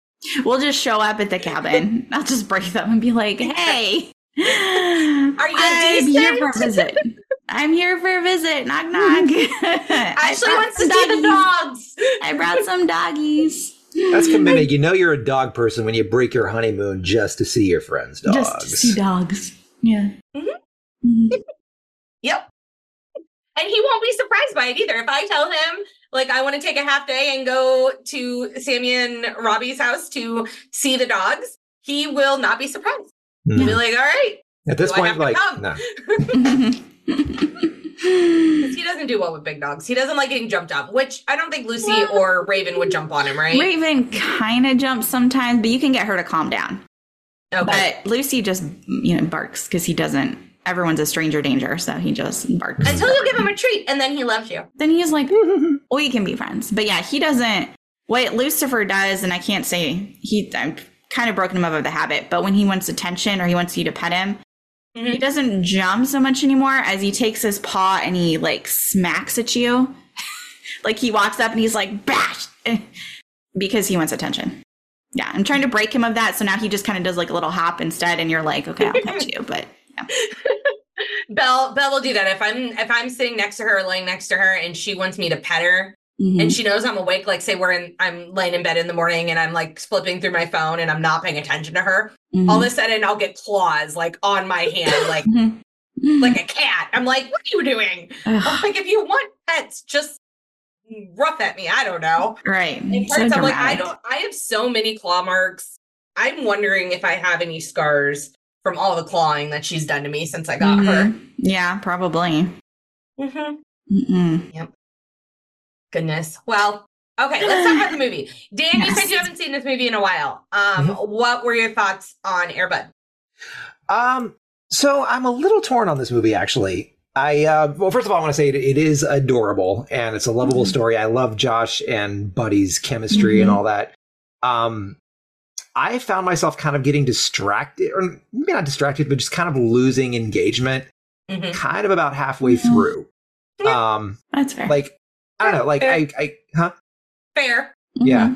Speaker 1: We'll just show up at the cabin. I'll just break them and be like, "Hey, are
Speaker 2: you
Speaker 1: I'm here for a
Speaker 2: decent?"
Speaker 1: visit. I'm here for a visit. Knock
Speaker 2: [LAUGHS]
Speaker 1: knock.
Speaker 2: Ashley
Speaker 1: brought
Speaker 2: wants to
Speaker 1: some
Speaker 2: see the
Speaker 1: doggies.
Speaker 2: dogs.
Speaker 1: I brought some doggies.
Speaker 3: That's committed. You know you're a dog person when you break your honeymoon just to see your friends' dogs.
Speaker 1: Just to see dogs. Yeah. Mhm.
Speaker 2: Yep. And he won't be surprised by it either. If I tell him like I want to take a half day and go to Sammy and Robbie's house to see the dogs, he will not be surprised. He'll be
Speaker 3: Mhm.
Speaker 2: like, all right.
Speaker 3: At this
Speaker 2: Do I have
Speaker 3: point,
Speaker 2: to
Speaker 3: like,
Speaker 2: come?
Speaker 3: no.
Speaker 1: Mm-hmm.
Speaker 2: Because he doesn't do well with big dogs. He doesn't like getting jumped on, which I don't think Lucy or Raven would jump on him, right?
Speaker 1: [LAUGHS] Raven kind of jumps sometimes, but you can get her to calm down.
Speaker 2: Okay.
Speaker 1: But Lucy just, you know, barks because he doesn't. Everyone's a stranger danger, so he just barks.
Speaker 2: Until you give him a treat and then he loves you.
Speaker 1: then he's
Speaker 2: [LAUGHS]
Speaker 1: like, we can be friends. But yeah, he doesn't. What Lucifer does, and I can't say he, I'm kind of broken him up of the habit, but when he wants attention or he wants you to pet him,
Speaker 2: Mhm.
Speaker 1: he doesn't jump so much anymore as he takes his paw and he like smacks at you. [LAUGHS] like he walks up and he's like, bash, [LAUGHS] because he wants attention. Yeah, I'm trying to break him of that. So now he just kind of does like a little hop instead, and you're like, okay, I'll
Speaker 2: [LAUGHS]
Speaker 1: pet you. But
Speaker 2: Belle Belle will do that. If I'm if I'm sitting next to her or laying next to her and she wants me to pet her,
Speaker 1: Mm-hmm.
Speaker 2: and she knows I'm awake. Like, say we're in, I'm laying in bed in the morning and I'm like flipping through my phone and I'm not paying attention to her.
Speaker 1: Mhm.
Speaker 2: All of a sudden, I'll get claws like on my
Speaker 1: [LAUGHS]
Speaker 2: hand, like
Speaker 1: Mhm.
Speaker 2: like a cat. I'm like, what are you doing? I'm like, if you want pets, just rough at me. I don't know.
Speaker 1: right.
Speaker 2: It
Speaker 1: So
Speaker 2: hurts. I'm like, I
Speaker 1: dramatic.
Speaker 2: don't. I have so many claw marks. I'm wondering if I have any scars from all the clawing that she's done to me since I got her.
Speaker 1: Mhm. Yeah, probably.
Speaker 2: Mhm.
Speaker 1: Mm-mm.
Speaker 2: Goodness. Well, okay, let's talk about
Speaker 1: [LAUGHS]
Speaker 2: the movie. Dan, you said you haven't seen this movie in a while. Um,
Speaker 1: Mm-hmm.
Speaker 2: what were your thoughts on Airbud?
Speaker 3: Um, so I'm a little torn on this movie, actually. I uh, well, first of all, I want to say it, it is adorable and it's a lovable story. I love Josh and Buddy's chemistry and
Speaker 1: Mhm.
Speaker 3: all that. Um, I found myself kind of getting distracted, or maybe not distracted, but just kind of losing engagement,
Speaker 2: Mhm.
Speaker 3: kind of about halfway
Speaker 1: Yeah.
Speaker 3: through.
Speaker 2: Yeah.
Speaker 3: Um,
Speaker 1: That's fair.
Speaker 3: like I don't know, like I, I, huh?
Speaker 2: Fair.
Speaker 3: yeah.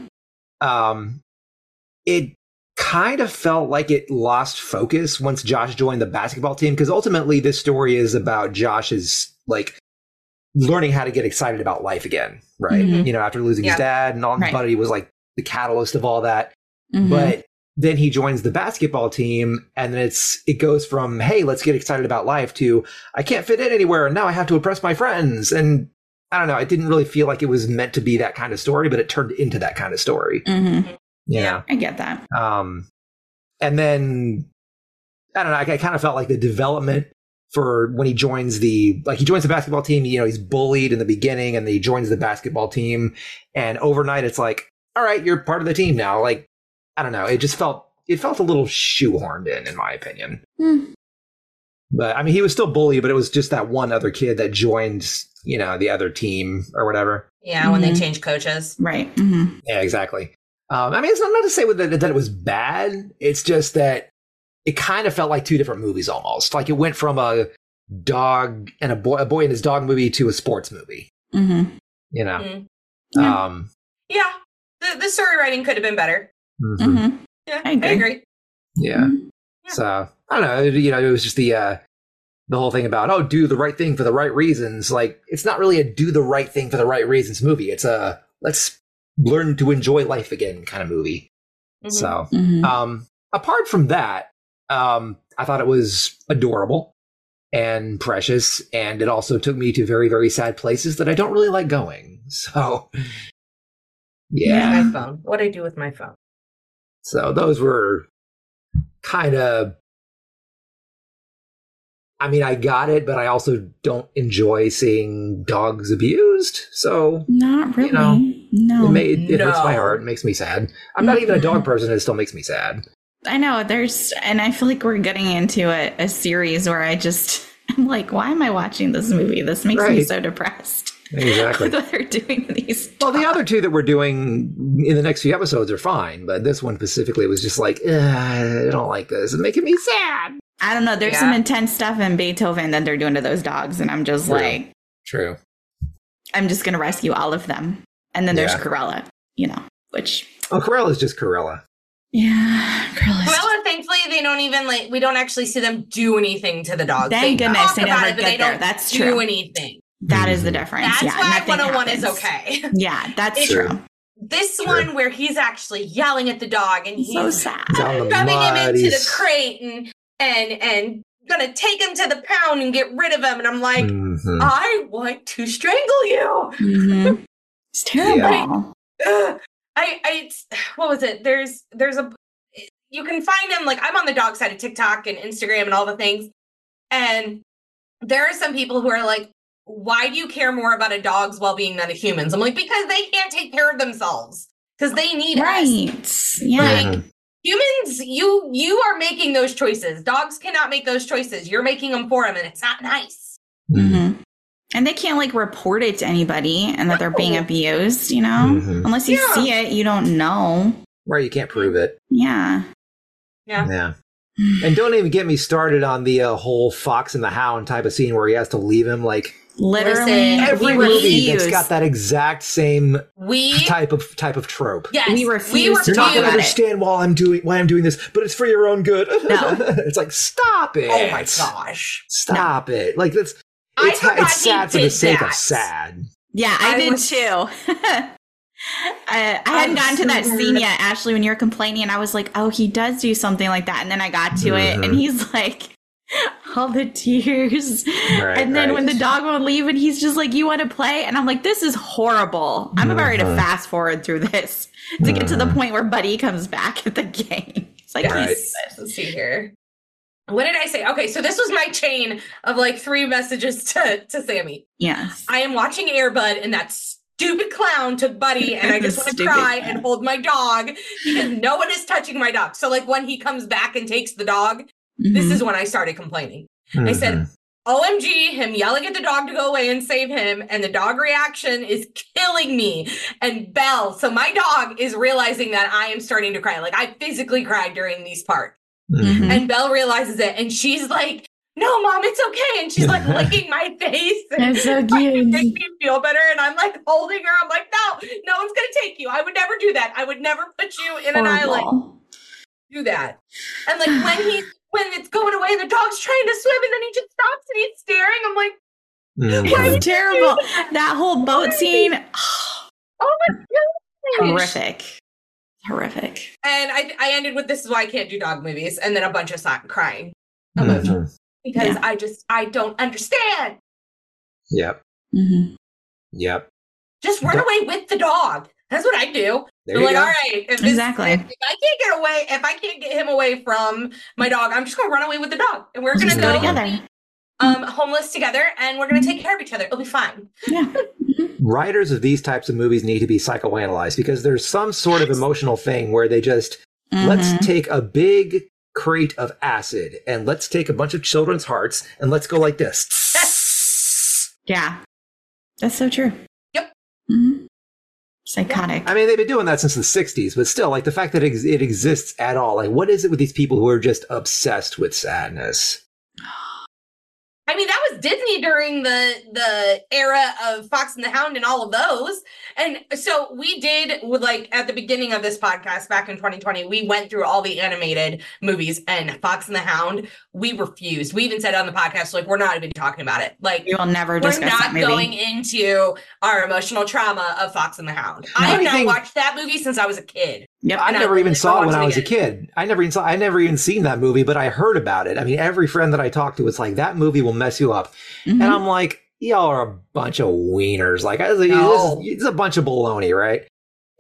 Speaker 1: Mhm.
Speaker 3: um, it kind of felt like it lost focus once Josh joined the basketball team because ultimately this story is about Josh's like learning how to get excited about life again, right?
Speaker 1: Mhm.
Speaker 3: You know, after losing
Speaker 2: Yeah.
Speaker 3: his dad and all,
Speaker 1: Right.
Speaker 3: Buddy was like the catalyst of all that.
Speaker 1: Mhm.
Speaker 3: But then he joins the basketball team and then it's it goes from hey let's get excited about life to i can't fit in anywhere and now i have to impress my friends and i don't know it didn't really feel like it was meant to be that kind of story but it turned into that kind of story
Speaker 1: hmm
Speaker 3: yeah,
Speaker 1: I get that.
Speaker 3: um and then i don't know i, I kind of felt like the development for when he joins the like he joins the basketball team you know he's bullied in the beginning and then he joins the basketball team and overnight it's like all right you're part of the team now like i don't know it just felt it felt a little shoehorned in in my opinion
Speaker 1: Hmm.
Speaker 3: but i mean he was still bullied but it was just that one other kid that joined you know the other team or whatever
Speaker 2: Yeah, when they
Speaker 1: Mhm.
Speaker 2: change coaches.
Speaker 1: Right. hmm
Speaker 3: yeah, exactly. Um, I mean, it's not, not to say that, that it was bad. It's just that it kind of felt like two different movies almost. Like it went from a dog and a boy, a boy and his dog movie to a sports movie.
Speaker 1: hmm
Speaker 3: You know.
Speaker 2: Mhm.
Speaker 1: Yeah.
Speaker 3: Um,
Speaker 2: Yeah, the, the story writing could have been better.
Speaker 3: mhm.
Speaker 1: hmm
Speaker 2: Yeah,
Speaker 1: I
Speaker 2: I
Speaker 1: agree.
Speaker 2: agree.
Speaker 3: Yeah.
Speaker 1: Mm-hmm.
Speaker 3: So I don't know. You know, it was just the uh, the whole thing about oh, do the right thing for the right reasons. Like it's not really a do the right thing for the right reasons movie. It's a let's learn to enjoy life again kind of movie.
Speaker 2: Mhm.
Speaker 3: So
Speaker 1: hmm
Speaker 3: Um, apart from that, um, I thought it was adorable and precious, and it also took me to very, very sad places that I don't really like going. [LAUGHS] So, yeah.
Speaker 1: uh,
Speaker 2: My phone. What I do with my phone?
Speaker 3: So those were kind of. I mean, I got it, but I also don't enjoy seeing dogs abused. So
Speaker 1: Not really.
Speaker 3: know,
Speaker 1: no.
Speaker 3: it, may, it hurts my
Speaker 2: no.
Speaker 3: heart. It makes me sad. I'm not even a dog person. and It still makes me sad.
Speaker 1: I know there's, and I feel like we're getting into a, a series where I just, [LAUGHS] I'm like, why am I watching this movie? This makes me
Speaker 3: Right.
Speaker 1: so depressed. [LAUGHS]
Speaker 3: Exactly.
Speaker 1: with what they're doing to these.
Speaker 3: Well, the other two that we're doing in the next few episodes are fine, but this one specifically was just like, "Ugh, I don't like this. It's making me sad.
Speaker 1: I don't know. There's
Speaker 2: Yeah.
Speaker 1: some intense stuff in Beethoven that they're doing to those dogs, and I'm just
Speaker 3: Yeah.
Speaker 1: like,
Speaker 3: True.
Speaker 1: I'm just gonna rescue all of them. And then there's
Speaker 3: Yeah.
Speaker 1: Corella, you know, which
Speaker 3: Oh, Corella's just Corella.
Speaker 1: yeah, Corella's.
Speaker 2: Well, thankfully, they don't even like. We don't actually see them do anything to the dogs.
Speaker 1: Thank
Speaker 2: they
Speaker 1: goodness
Speaker 2: talk
Speaker 1: they
Speaker 2: about
Speaker 1: never
Speaker 2: it, but
Speaker 1: get
Speaker 2: they
Speaker 1: there.
Speaker 2: don't
Speaker 1: That's
Speaker 2: do
Speaker 1: true.
Speaker 2: anything.
Speaker 1: that is the difference.
Speaker 2: That's
Speaker 1: yeah,
Speaker 2: why
Speaker 1: nothing
Speaker 2: 101 is
Speaker 1: happens.
Speaker 2: okay.
Speaker 1: [LAUGHS] Yeah, that's
Speaker 2: It's
Speaker 1: true.
Speaker 2: This
Speaker 3: Sure.
Speaker 2: one where he's actually yelling at the dog and he's
Speaker 1: So [LAUGHS] sad.
Speaker 3: He's on the
Speaker 2: rubbing him
Speaker 3: mud,
Speaker 2: into the
Speaker 3: he's-
Speaker 2: crate and and and gonna take him to the pound and get rid of him. And I'm like, oh,
Speaker 3: Mhm.
Speaker 2: I want to strangle you.
Speaker 1: Mhm. It's terrible.
Speaker 2: Ugh. I, I it's- [SIGHS] what was it? There's there's a you can find him like I'm on the dog side of TikTok and Instagram and all the things. And there are some people who are like, why do you care more about a dog's well-being than a human's? I'm like, because they can't take care of themselves. Because they need us.
Speaker 1: Right. Yeah.
Speaker 3: Mhm.
Speaker 2: humans you you are making those choices dogs cannot make those choices you're making them for them and it's not nice
Speaker 3: Mhm.
Speaker 1: hmm And they can't like report it to anybody and that they're being
Speaker 2: No.
Speaker 1: abused, you know?
Speaker 3: Mhm.
Speaker 1: Unless you
Speaker 2: Yeah.
Speaker 1: see it, you don't know.
Speaker 3: Right, you can't prove it.
Speaker 1: Yeah.
Speaker 3: Yeah. And don't even get me started on the uh, whole Fox and the Hound type of scene where he has to leave him. Like
Speaker 1: Literally,
Speaker 2: Listen,
Speaker 3: every
Speaker 1: we
Speaker 3: movie that's
Speaker 1: refuse.
Speaker 3: got that exact same
Speaker 2: we
Speaker 3: type of type of trope.
Speaker 2: yes
Speaker 1: we refuse to
Speaker 3: You're not
Speaker 1: talk
Speaker 3: going to
Speaker 1: about it.
Speaker 3: understand why I'm doing why I'm doing this, but it's for your own good. [LAUGHS]
Speaker 1: No.
Speaker 3: it's like stop it.
Speaker 2: oh my gosh
Speaker 3: Stop it. Like that's
Speaker 2: I
Speaker 3: it's,
Speaker 2: forgot
Speaker 3: it's
Speaker 2: he
Speaker 3: sad for the
Speaker 2: did
Speaker 3: sake of
Speaker 2: that. [LAUGHS]
Speaker 3: sad.
Speaker 1: Yeah, I,
Speaker 2: I
Speaker 1: did
Speaker 2: was-
Speaker 1: too. [LAUGHS] I, I hadn't
Speaker 2: I'm
Speaker 1: gotten to that
Speaker 2: so
Speaker 1: scene
Speaker 2: mad.
Speaker 1: yet, Ashley, when you were complaining. I was like, oh, he does do something like that. And then I got to it, and
Speaker 3: Mhm.
Speaker 1: he's like, [LAUGHS] all the tears.
Speaker 3: Right,
Speaker 1: and then
Speaker 3: right.
Speaker 1: when the dog won't leave, and he's just like, you want to play? And I'm like, this is horrible. I'm about ready to
Speaker 3: Mhm.
Speaker 1: fast forward through this [LAUGHS] to get to the
Speaker 3: Mhm.
Speaker 1: point where Buddy comes back at the game. [LAUGHS] It's like,
Speaker 3: Right.
Speaker 1: he's-
Speaker 2: let's see here what did i say okay so this was my chain of like three messages [LAUGHS] to to sammy
Speaker 1: yes.
Speaker 2: i am watching airbud and that stupid clown took buddy and
Speaker 1: [LAUGHS]
Speaker 2: i just want to
Speaker 1: Stupid
Speaker 2: cry
Speaker 1: clown.
Speaker 2: and hold my dog because no one is touching my dog so like when he comes back and takes the dog this
Speaker 1: Mhm.
Speaker 2: is when i started complaining I said, OMG, him yelling at the dog to go away and save him. And the dog reaction is killing me. And Belle, so my dog is realizing that I am starting to cry. Like I physically cried during these parts.
Speaker 3: Mm-hmm.
Speaker 1: Mhm.
Speaker 2: And Belle realizes it. And she's like, no, mom, it's okay. And she's like licking my face.
Speaker 1: [LAUGHS]
Speaker 2: And
Speaker 1: That's so
Speaker 2: [LAUGHS] it
Speaker 1: cute.
Speaker 2: makes me feel better. And I'm like holding her. I'm like, no, no one's going to take you. I would never do that. I would never put you in an island
Speaker 1: Horrible.
Speaker 2: do that. And like
Speaker 1: [SIGHS]
Speaker 2: when he when it's going away, the dog's trying to swim, and then he just stops and he's staring. I'm like, mm-hmm.
Speaker 3: Mm-hmm.
Speaker 1: It was terrible. That whole boat scene,
Speaker 2: oh my god,
Speaker 1: horrific. horrific.
Speaker 2: And I, I ended with this is why I can't do dog movies, and then a bunch of si- crying
Speaker 3: Mhm.
Speaker 2: because
Speaker 1: Yeah.
Speaker 2: I just I don't understand.
Speaker 3: Yep.
Speaker 1: Mm-hmm.
Speaker 3: Yep.
Speaker 2: Just run
Speaker 3: Don't-
Speaker 2: away with the dog. That's what I do.
Speaker 3: There
Speaker 2: I'm
Speaker 3: you
Speaker 2: like,
Speaker 3: go.
Speaker 2: all right, if, this-
Speaker 1: Exactly.
Speaker 2: if I can't get away, if I can't get him away from my dog, I'm just gonna run away with the dog, and we're gonna
Speaker 1: Just
Speaker 2: go,
Speaker 1: go together.
Speaker 2: um homeless together, and we're gonna take care of each other. It'll be fine.
Speaker 1: Yeah.
Speaker 3: Writers of these types of movies need to be psychoanalyzed because there's some sort of emotional thing where they just
Speaker 1: Mhm.
Speaker 2: Mm-hmm.
Speaker 3: let's take a big crate of acid and let's take a bunch of children's hearts and let's go
Speaker 2: [LAUGHS]
Speaker 3: like this.
Speaker 1: Yeah. That's so true.
Speaker 2: Yep.
Speaker 1: hmm Psychotic.
Speaker 3: I mean, they've been doing that since the 60s, but still, like the fact that it, ex- it exists at all, like what is it with these people who are just obsessed with sadness?
Speaker 2: I mean, that was Disney during the the era of Fox and the Hound and all of those. And so we did with like at the beginning of this podcast back in 2020, we went through all the animated movies and Fox and the Hound, we refused. We even said on the podcast, like, we're not even talking about it. Like
Speaker 1: We will never
Speaker 2: we're
Speaker 1: discuss
Speaker 2: not
Speaker 1: that movie.
Speaker 2: going into our emotional trauma of Fox and the Hound. I
Speaker 3: No.
Speaker 2: have not
Speaker 3: Anything-
Speaker 2: watched that movie since I was a kid.
Speaker 1: yep.
Speaker 3: I
Speaker 2: No,
Speaker 3: never even
Speaker 2: we're
Speaker 3: saw it when
Speaker 2: watching
Speaker 3: I was a
Speaker 2: it.
Speaker 3: kid. I never even saw, I never even seen that movie, but I heard about it. I mean, every friend that I talked to was like, that movie will mess you up.
Speaker 1: Mhm.
Speaker 3: And I'm like, y'all are a bunch of wieners. Like, I was like,
Speaker 2: No.
Speaker 3: this is, it's a bunch of baloney, right?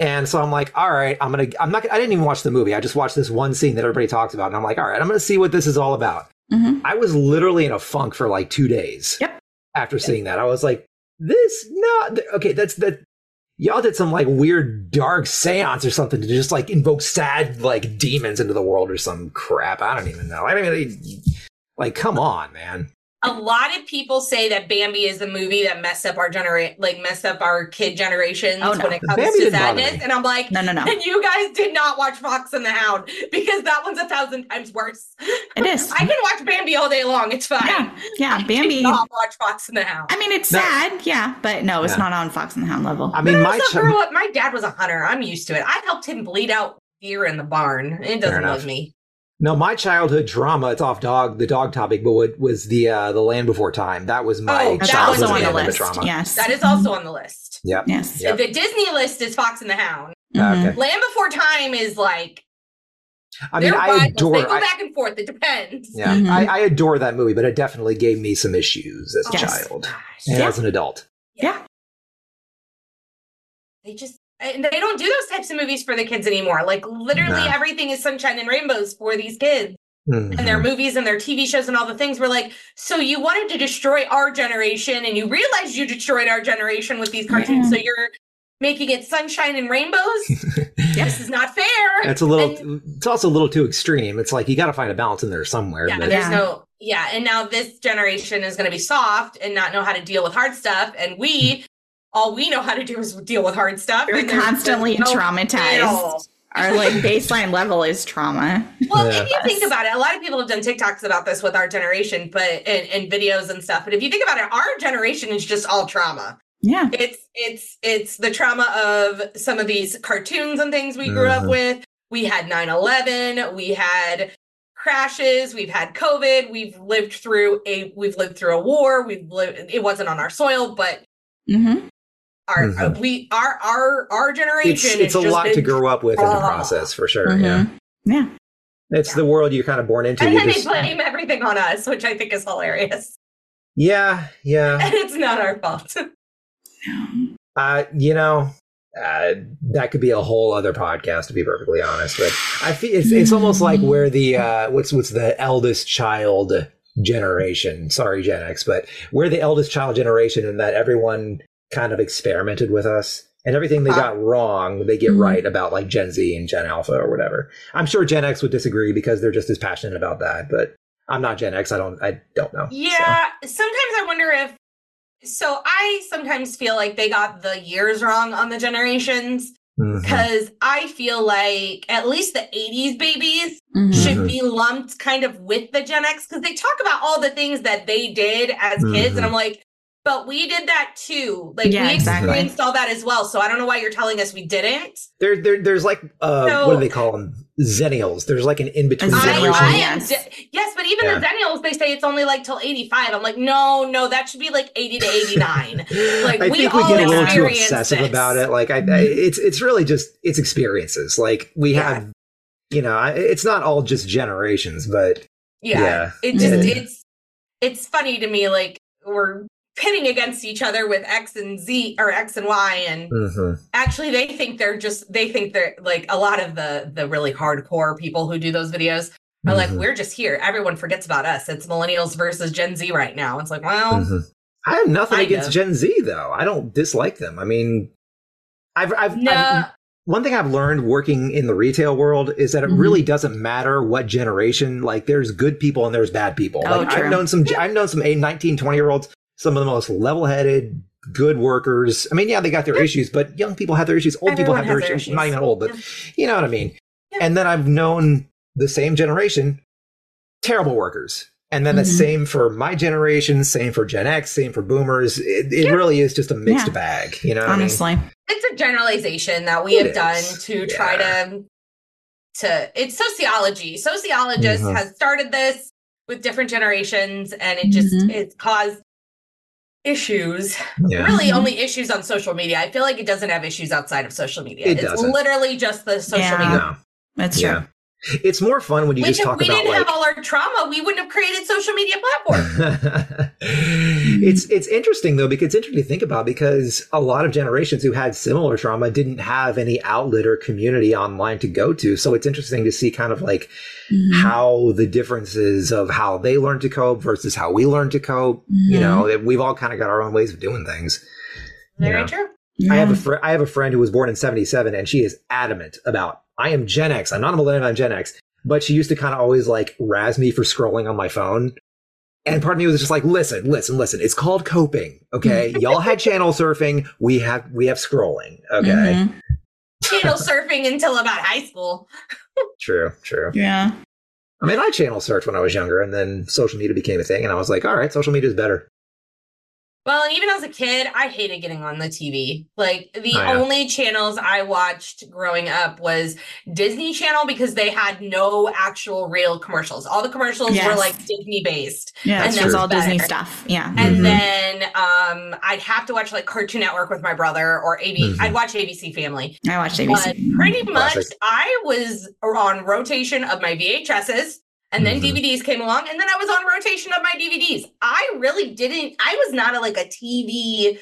Speaker 3: And so I'm like, all right, I'm gonna, I'm not, gonna- I didn't even watch the movie. I just watched this one scene that everybody talks about, and I'm like, all right, I'm gonna see what this is all about.
Speaker 2: [LAUGHS]
Speaker 1: Mhm.
Speaker 3: I was literally in a funk for like two days.
Speaker 1: Yep.
Speaker 3: After seeing that, I was like, this not th- okay. That's that. Y'all did some like weird dark seance or something to just like invoke sad like demons into the world or some crap. I don't even know. I mean, they- like, come on, man.
Speaker 2: a lot of people say that Bambi is the movie that messed up our generation, like messed up our kid generations
Speaker 1: Oh, no.
Speaker 2: when it comes
Speaker 3: Bambi
Speaker 2: to
Speaker 3: didn't bother
Speaker 2: sadness.
Speaker 3: me.
Speaker 2: And I'm like,
Speaker 1: No, no, no.
Speaker 2: [LAUGHS] and you guys did not watch Fox and the Hound because that one's a thousand times worse.
Speaker 1: It is.
Speaker 2: I can watch Bambi all day long; it's fine.
Speaker 1: yeah. Yeah. Bambi.
Speaker 2: Did not watch Fox and the Hound.
Speaker 1: I mean, it's
Speaker 3: No.
Speaker 1: sad. Yeah. But no, it's
Speaker 3: Yeah.
Speaker 1: not on Fox and the Hound level.
Speaker 3: I mean,
Speaker 2: I
Speaker 3: my
Speaker 2: also
Speaker 3: chi-
Speaker 2: grew up. My dad was a hunter. I'm used to it. I helped him bleed out deer in the barn. It doesn't
Speaker 3: enough.
Speaker 2: love me.
Speaker 3: No, my childhood drama. It's off dog the dog topic, but what was the uh, the Land Before Time? That was my
Speaker 2: Oh,
Speaker 1: That's
Speaker 2: that was
Speaker 3: childhood
Speaker 1: also on the
Speaker 2: another
Speaker 3: animated
Speaker 1: list.
Speaker 3: Drama.
Speaker 1: Yes. Mm-hmm.
Speaker 2: That is also on the list.
Speaker 3: Yep.
Speaker 1: Yes.
Speaker 3: Yep.
Speaker 2: The Disney list is Fox and the Hound.
Speaker 1: Mhm.
Speaker 3: Okay.
Speaker 2: Land Before Time is like
Speaker 3: I mean,
Speaker 2: they're
Speaker 3: I
Speaker 2: rivals.
Speaker 3: adore.
Speaker 2: They go
Speaker 3: I,
Speaker 2: back and forth. It depends.
Speaker 3: yeah,
Speaker 1: Mhm.
Speaker 3: I, I adore that movie, but it definitely gave me some issues as a
Speaker 1: Yes.
Speaker 3: child
Speaker 2: Gosh.
Speaker 3: and
Speaker 1: Yeah.
Speaker 3: as an adult.
Speaker 1: Yeah.
Speaker 2: They just and they don't do those types of movies for the kids anymore. Like literally
Speaker 3: No.
Speaker 2: everything is sunshine and rainbows for these kids
Speaker 3: Mhm.
Speaker 2: and their movies and their TV shows and all the things. We're like, so you wanted to destroy our generation and you realized you destroyed our generation with these cartoons. So you're making it sunshine and
Speaker 3: [LAUGHS]
Speaker 2: rainbows. [LAUGHS] this is not fair.
Speaker 3: It's Mm-hmm. a little. It's also a little too extreme. It's like you got to find a balance in there somewhere.
Speaker 2: Yeah,
Speaker 3: but-
Speaker 2: there's
Speaker 1: Yeah.
Speaker 2: no yeah, and now this generation is going to be soft and not know how to deal with hard stuff, and we all we know how to do is deal with hard stuff.
Speaker 1: We're
Speaker 2: and there's-
Speaker 1: constantly
Speaker 2: there's no middle.
Speaker 1: traumatized. Our like baseline level is trauma.
Speaker 2: Well,
Speaker 3: Yeah.
Speaker 2: if you think about it, a lot of people have done TikToks about this with our generation, but and, and videos and stuff. But if you think about it, our generation is just all trauma.
Speaker 1: Yeah.
Speaker 2: It's it's it's the trauma of some of these cartoons and things we grew up
Speaker 3: Mhm.
Speaker 2: with. We had 9-11, we had crashes, we've had COVID, we've lived through a we've lived through a war, we've lived it wasn't on our soil, but
Speaker 1: Mm-hmm.
Speaker 2: our
Speaker 3: Mhm.
Speaker 2: uh, we our our our generation
Speaker 3: It's
Speaker 2: has
Speaker 3: it's a
Speaker 2: just Oh.
Speaker 3: lot to
Speaker 2: been-
Speaker 3: grow up with in the
Speaker 2: trauma.
Speaker 3: process for sure.
Speaker 1: Mhm.
Speaker 3: Yeah,
Speaker 1: Yeah.
Speaker 3: it's the world you're kind of born into.
Speaker 2: And
Speaker 3: you
Speaker 2: then
Speaker 3: just-
Speaker 2: they blame everything on us, which I think is hilarious. [LAUGHS]
Speaker 3: yeah, yeah.
Speaker 2: And it's not our fault. [LAUGHS]
Speaker 1: Mm-hmm.
Speaker 3: Uh, you know, uh, that could be a whole other podcast, to be perfectly honest. But I feel it's, it's almost like where the uh, what's what's the eldest child generation. Sorry, Gen X, but we're the eldest child generation in that everyone kind of experimented with us. And everything they got wrong, they get
Speaker 1: Mhm.
Speaker 3: right about like Gen Z and Gen Alpha or whatever. I'm sure Gen X would disagree because they're just as passionate about that. But I'm not Gen X. I don't. I don't know. So,
Speaker 2: Yeah, sometimes I wonder if. So I sometimes feel like they got the years wrong on the generations
Speaker 3: mhm.
Speaker 2: because I feel like at least the 80s babies
Speaker 1: Mhm.
Speaker 2: should be lumped kind of with the Gen X because they talk about all the things that they did as kids. And I'm like, but we did that too. Like
Speaker 1: Yeah,
Speaker 2: we
Speaker 1: exactly.
Speaker 2: experienced all that as well. So I don't know why you're telling us we didn't.
Speaker 3: There, there, there's like uh,
Speaker 2: So-
Speaker 3: what do they call them? Zennials. There's like an in between
Speaker 1: A zennial.
Speaker 3: generation.
Speaker 2: I, I am
Speaker 1: Yes.
Speaker 2: de- yes, but even
Speaker 3: Yeah.
Speaker 2: the Zennials, they say it's only like till 85. I'm like, no, no, that should be like 80 to
Speaker 3: [LAUGHS]
Speaker 2: 89. Like,
Speaker 3: I
Speaker 2: we
Speaker 3: think we
Speaker 2: all
Speaker 3: get a little too
Speaker 2: experience
Speaker 3: obsessive
Speaker 2: this. Mm-hmm.
Speaker 3: about it. Like I, I, it's it's really just it's experiences. Like we
Speaker 2: Yeah.
Speaker 3: have, you know, I- it's not all just generations, but
Speaker 2: Yeah.
Speaker 3: Yeah.
Speaker 2: It just
Speaker 1: Yeah.
Speaker 2: it's it's funny to me like we're pitting against each other with X and Z or X and Y and
Speaker 3: mhm.
Speaker 2: actually they think they're just they think they're like a lot of the the really hardcore people who do those videos are like
Speaker 3: Mhm.
Speaker 2: we're just here everyone forgets about us it's millennials versus Gen Z right now it's like well
Speaker 3: Mhm. I have nothing
Speaker 2: Kind
Speaker 3: against
Speaker 2: of.
Speaker 3: Gen Z though. I don't dislike them. I mean, I've I've,
Speaker 2: no
Speaker 3: I've one thing I've learned working in the retail world is that it
Speaker 1: Mhm.
Speaker 3: really doesn't matter what generation. Like, there's good people and there's bad people.
Speaker 1: Oh,
Speaker 3: like, I've
Speaker 1: true.
Speaker 3: known some. I've known some 19, 20 year olds. Some of the most level headed, good workers. I mean, yeah, they got their issues, but young people have their issues. Old people
Speaker 2: Everyone
Speaker 3: have their,
Speaker 2: has their
Speaker 3: issues.
Speaker 2: issues.
Speaker 3: Not even old, but
Speaker 2: Yeah.
Speaker 3: you know what I mean.
Speaker 2: Yeah.
Speaker 3: And then I've known the same generation, terrible workers. And then the
Speaker 1: Mhm.
Speaker 3: same for my generation, same for Gen X, same for Boomers. It, it really is just a mixed
Speaker 1: Yeah.
Speaker 3: bag, you know. what I mean?
Speaker 1: honestly.
Speaker 2: it's a generalization that we
Speaker 3: It
Speaker 2: have done
Speaker 3: is,
Speaker 2: to try to to it's sociology sociologists
Speaker 3: Mhm.
Speaker 2: has started this with different generations and it just
Speaker 3: Mm-hmm.
Speaker 1: Mhm.
Speaker 2: it's caused issues
Speaker 3: Yeah.
Speaker 2: really only issues on social media i feel like it doesn't have issues outside of social media
Speaker 3: It
Speaker 2: it's
Speaker 3: doesn't.
Speaker 2: literally just the social
Speaker 1: Yeah.
Speaker 2: media
Speaker 3: No.
Speaker 1: That's true.
Speaker 3: It's more fun when you
Speaker 2: which
Speaker 3: just
Speaker 2: if
Speaker 3: talk
Speaker 2: we
Speaker 3: about
Speaker 2: didn't
Speaker 3: like
Speaker 2: have all our trauma we wouldn't have created social media platforms
Speaker 3: [LAUGHS] it's it's interesting though because it's interesting to think about because a lot of generations who had similar trauma didn't have any outlet or community online to go to so it's interesting to see kind of like
Speaker 1: Mhm.
Speaker 2: Mm-hmm.
Speaker 3: how the differences of how they learn to cope versus how we learn to cope you
Speaker 2: Mm-hmm.
Speaker 1: Mhm.
Speaker 3: know that we've all kind of got our own ways of doing things
Speaker 2: very
Speaker 3: [LAUGHS] Yeah.
Speaker 2: true
Speaker 1: Yeah.
Speaker 3: I have a fr- I have a friend who was born in 77 and she is adamant about I am Gen X. I'm not a millennial, I'm Gen X. But she used to kind of always like razz me for scrolling on my phone. And part of me was just like, listen, listen, listen. It's called coping. Okay. Y'all had channel surfing. We have we have scrolling. Okay.
Speaker 1: Mhm.
Speaker 2: channel surfing until about high school
Speaker 3: True, true.
Speaker 1: Yeah.
Speaker 3: I mean, I channel surfed when I was younger and then social media became a thing and I was like, all right, social media is better.
Speaker 2: Well, and even as a kid, I hated getting on the TV. Like the
Speaker 3: Oh, yeah.
Speaker 2: only channels I watched growing up was Disney Channel because they had no actual real commercials. All the commercials were
Speaker 1: Yes.
Speaker 2: like Disney based.
Speaker 1: Yeah.
Speaker 3: And
Speaker 1: It's just
Speaker 3: that's
Speaker 1: all Disney
Speaker 2: better.
Speaker 1: stuff. Yeah.
Speaker 2: And
Speaker 3: Mhm.
Speaker 2: then um I'd have to watch like Cartoon Network with my brother or AB
Speaker 3: Mhm.
Speaker 2: I'd watch ABC Family.
Speaker 1: I watched
Speaker 2: But
Speaker 1: ABC.
Speaker 2: pretty much
Speaker 3: Classic.
Speaker 2: I was on rotation of my VHSs and then
Speaker 3: Mhm.
Speaker 2: DVDs came along and then I was on rotation of my DVDs. I really didn't I was not a, like a TV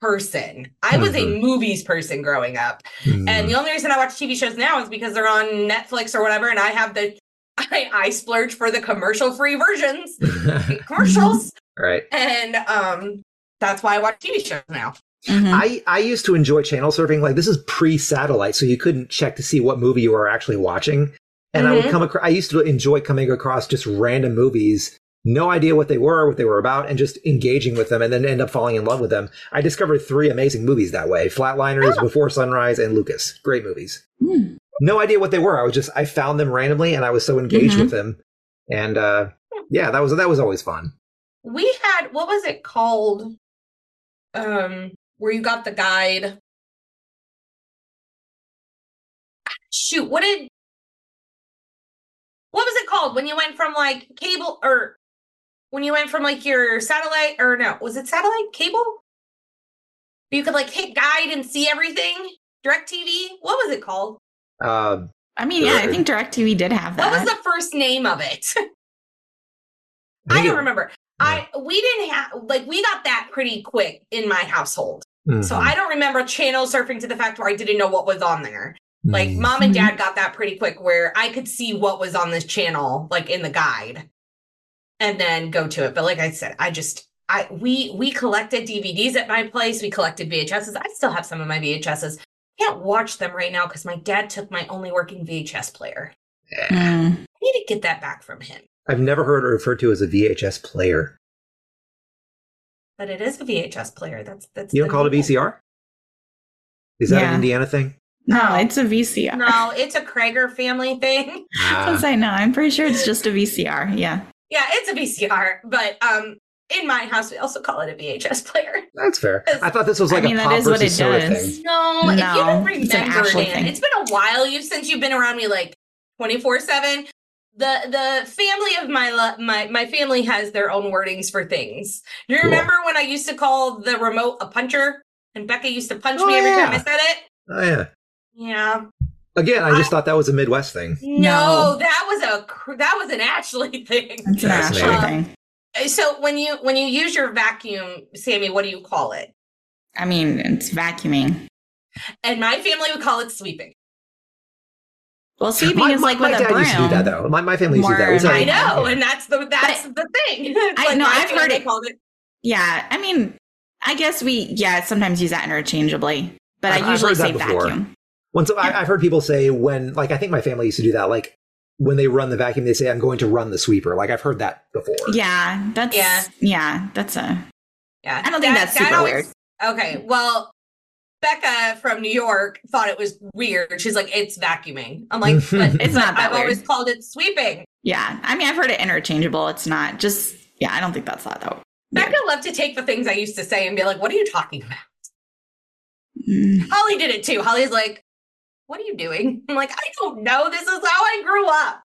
Speaker 2: person. I was a
Speaker 3: Mhm.
Speaker 2: movies person growing up. And the only reason I watch TV shows now is because they're on Netflix or whatever and I have the [LAUGHS] I, I splurge for the commercial free
Speaker 3: [LAUGHS]
Speaker 2: versions,
Speaker 3: all
Speaker 2: commercials,
Speaker 3: Hmm. right.
Speaker 2: and um that's why I watch TV shows now.
Speaker 1: Mhm.
Speaker 3: I, I used to enjoy channel surfing. Like this is pre-satellite, so you couldn't check to see what movie you were actually watching. And I would
Speaker 2: Mhm.
Speaker 3: come across. I used to enjoy coming across just random movies, no idea what they were, what they were about, and just engaging with them, and then end up falling in love with them. I discovered three amazing movies that way: Flatliners,
Speaker 2: Oh.
Speaker 3: Before Sunrise, and Lucas. Great movies.
Speaker 1: Hmm.
Speaker 3: No idea what they were. I was just I found them randomly, and I was so engaged
Speaker 2: Mm-hmm.
Speaker 1: Mhm.
Speaker 3: with them. And uh, yeah, that was that was always fun.
Speaker 2: we had what was it called um where you got the guide shoot what did what was it called when you went from like cable or when you went from like your satellite or no was it satellite cable you could like hit guide and see everything direct tv what was it called
Speaker 3: Uh,
Speaker 1: I mean, yeah, I think DirecTV did have that.
Speaker 2: what was the first name of it [LAUGHS]
Speaker 3: think
Speaker 2: I
Speaker 3: it-
Speaker 2: don't remember. I we didn't have like we got that pretty quick in my household. So
Speaker 3: Mhm.
Speaker 2: I don't remember channel surfing to the fact where I didn't know what was on there. Like
Speaker 3: Mhm.
Speaker 2: mom and dad got that pretty quick where I could see what was on this channel like in the guide and then go to it. But like I said, I just I we we collected DVDs at my place. We collected VHSs. I still have some of my VHSs. Can't watch them right now cuz my dad took my only working VHS player.
Speaker 1: Hmm.
Speaker 2: I need to get that back from him.
Speaker 3: I've never heard it referred to as a VHS player.
Speaker 2: But it is a VHS player. That's that's
Speaker 3: You don't
Speaker 2: the
Speaker 3: call it a
Speaker 2: name.
Speaker 3: VCR? Is that an
Speaker 1: Yeah.
Speaker 3: Indiana thing?
Speaker 1: [LAUGHS] No, it's a VCR.
Speaker 2: Oh. No, it's a Krager family thing. [LAUGHS]
Speaker 1: Since I know, I'm pretty sure it's just a VCR. Yeah.
Speaker 2: Yeah, it's a VCR, but um, in my house we also call it a VHS player.
Speaker 3: that's fair. I thought this was
Speaker 1: I
Speaker 3: like
Speaker 1: mean,
Speaker 3: a
Speaker 1: that
Speaker 3: pop
Speaker 1: is what
Speaker 3: versus
Speaker 1: it
Speaker 3: soda
Speaker 1: does.
Speaker 3: thing.
Speaker 2: No, if you don't
Speaker 1: No, it's an
Speaker 2: remember,
Speaker 1: actual
Speaker 2: Dan,
Speaker 1: thing.
Speaker 2: it's been a while you since you've been around me like twenty four seven. the the family of my lo- my my family has their own wordings for things. Do you remember when I used to call the remote a puncher, and Becca used to punch
Speaker 3: Oh,
Speaker 2: me every
Speaker 3: yeah.
Speaker 2: time I said it?
Speaker 3: Oh yeah.
Speaker 2: Yeah.
Speaker 3: Again, I just thought that was a Midwest thing.
Speaker 2: No, that was a cr- that was an actually [LAUGHS] thing. Uh,
Speaker 1: That's an
Speaker 3: Fascinating.
Speaker 1: actual thing.
Speaker 2: So when you when you use your vacuum, Sammy, what do you call it?
Speaker 1: I mean, it's vacuuming.
Speaker 2: And my family would call it sweeping.
Speaker 1: Well, sweeping
Speaker 3: my
Speaker 1: is
Speaker 3: my-
Speaker 1: like
Speaker 3: my
Speaker 1: with
Speaker 3: dad
Speaker 1: a broom.
Speaker 3: used to do that though. My, my family used to do that. It was
Speaker 1: More-
Speaker 3: like-
Speaker 2: I know, and that's the that's the thing. [LAUGHS] It's
Speaker 1: I- no,
Speaker 2: my
Speaker 1: I've heard
Speaker 2: family
Speaker 1: it.
Speaker 2: Called it.
Speaker 1: Yeah, I mean, I guess we yeah sometimes use that interchangeably, but
Speaker 3: I've-
Speaker 1: I
Speaker 3: I've
Speaker 1: usually
Speaker 3: heard that
Speaker 1: say
Speaker 3: before.
Speaker 1: vacuum.
Speaker 3: Once I, I've heard people say when, like, I think my family used to do that. Like, when they run the vacuum, they say, "I'm going to run the sweeper." Like, I've heard that before.
Speaker 1: Yeah, that's
Speaker 2: Yeah.
Speaker 1: yeah, that's a
Speaker 2: Yeah,
Speaker 1: I don't think that's super
Speaker 2: weird. Okay, well, Becca from New York thought it was weird. She's like, it's vacuuming. I'm
Speaker 1: [LAUGHS]
Speaker 2: like, but
Speaker 1: It's not that
Speaker 2: I've always
Speaker 1: weird.
Speaker 2: called it sweeping.
Speaker 1: yeah. I mean, I've heard it interchangeable. It's not just yeah. I don't think that's that though.
Speaker 2: Becca loved to take the things I used to say and be like, what are you talking about?
Speaker 1: Mm.
Speaker 2: Holly did it too. Holly's like, what are you doing? I'm like, I don't know. This is how I grew up.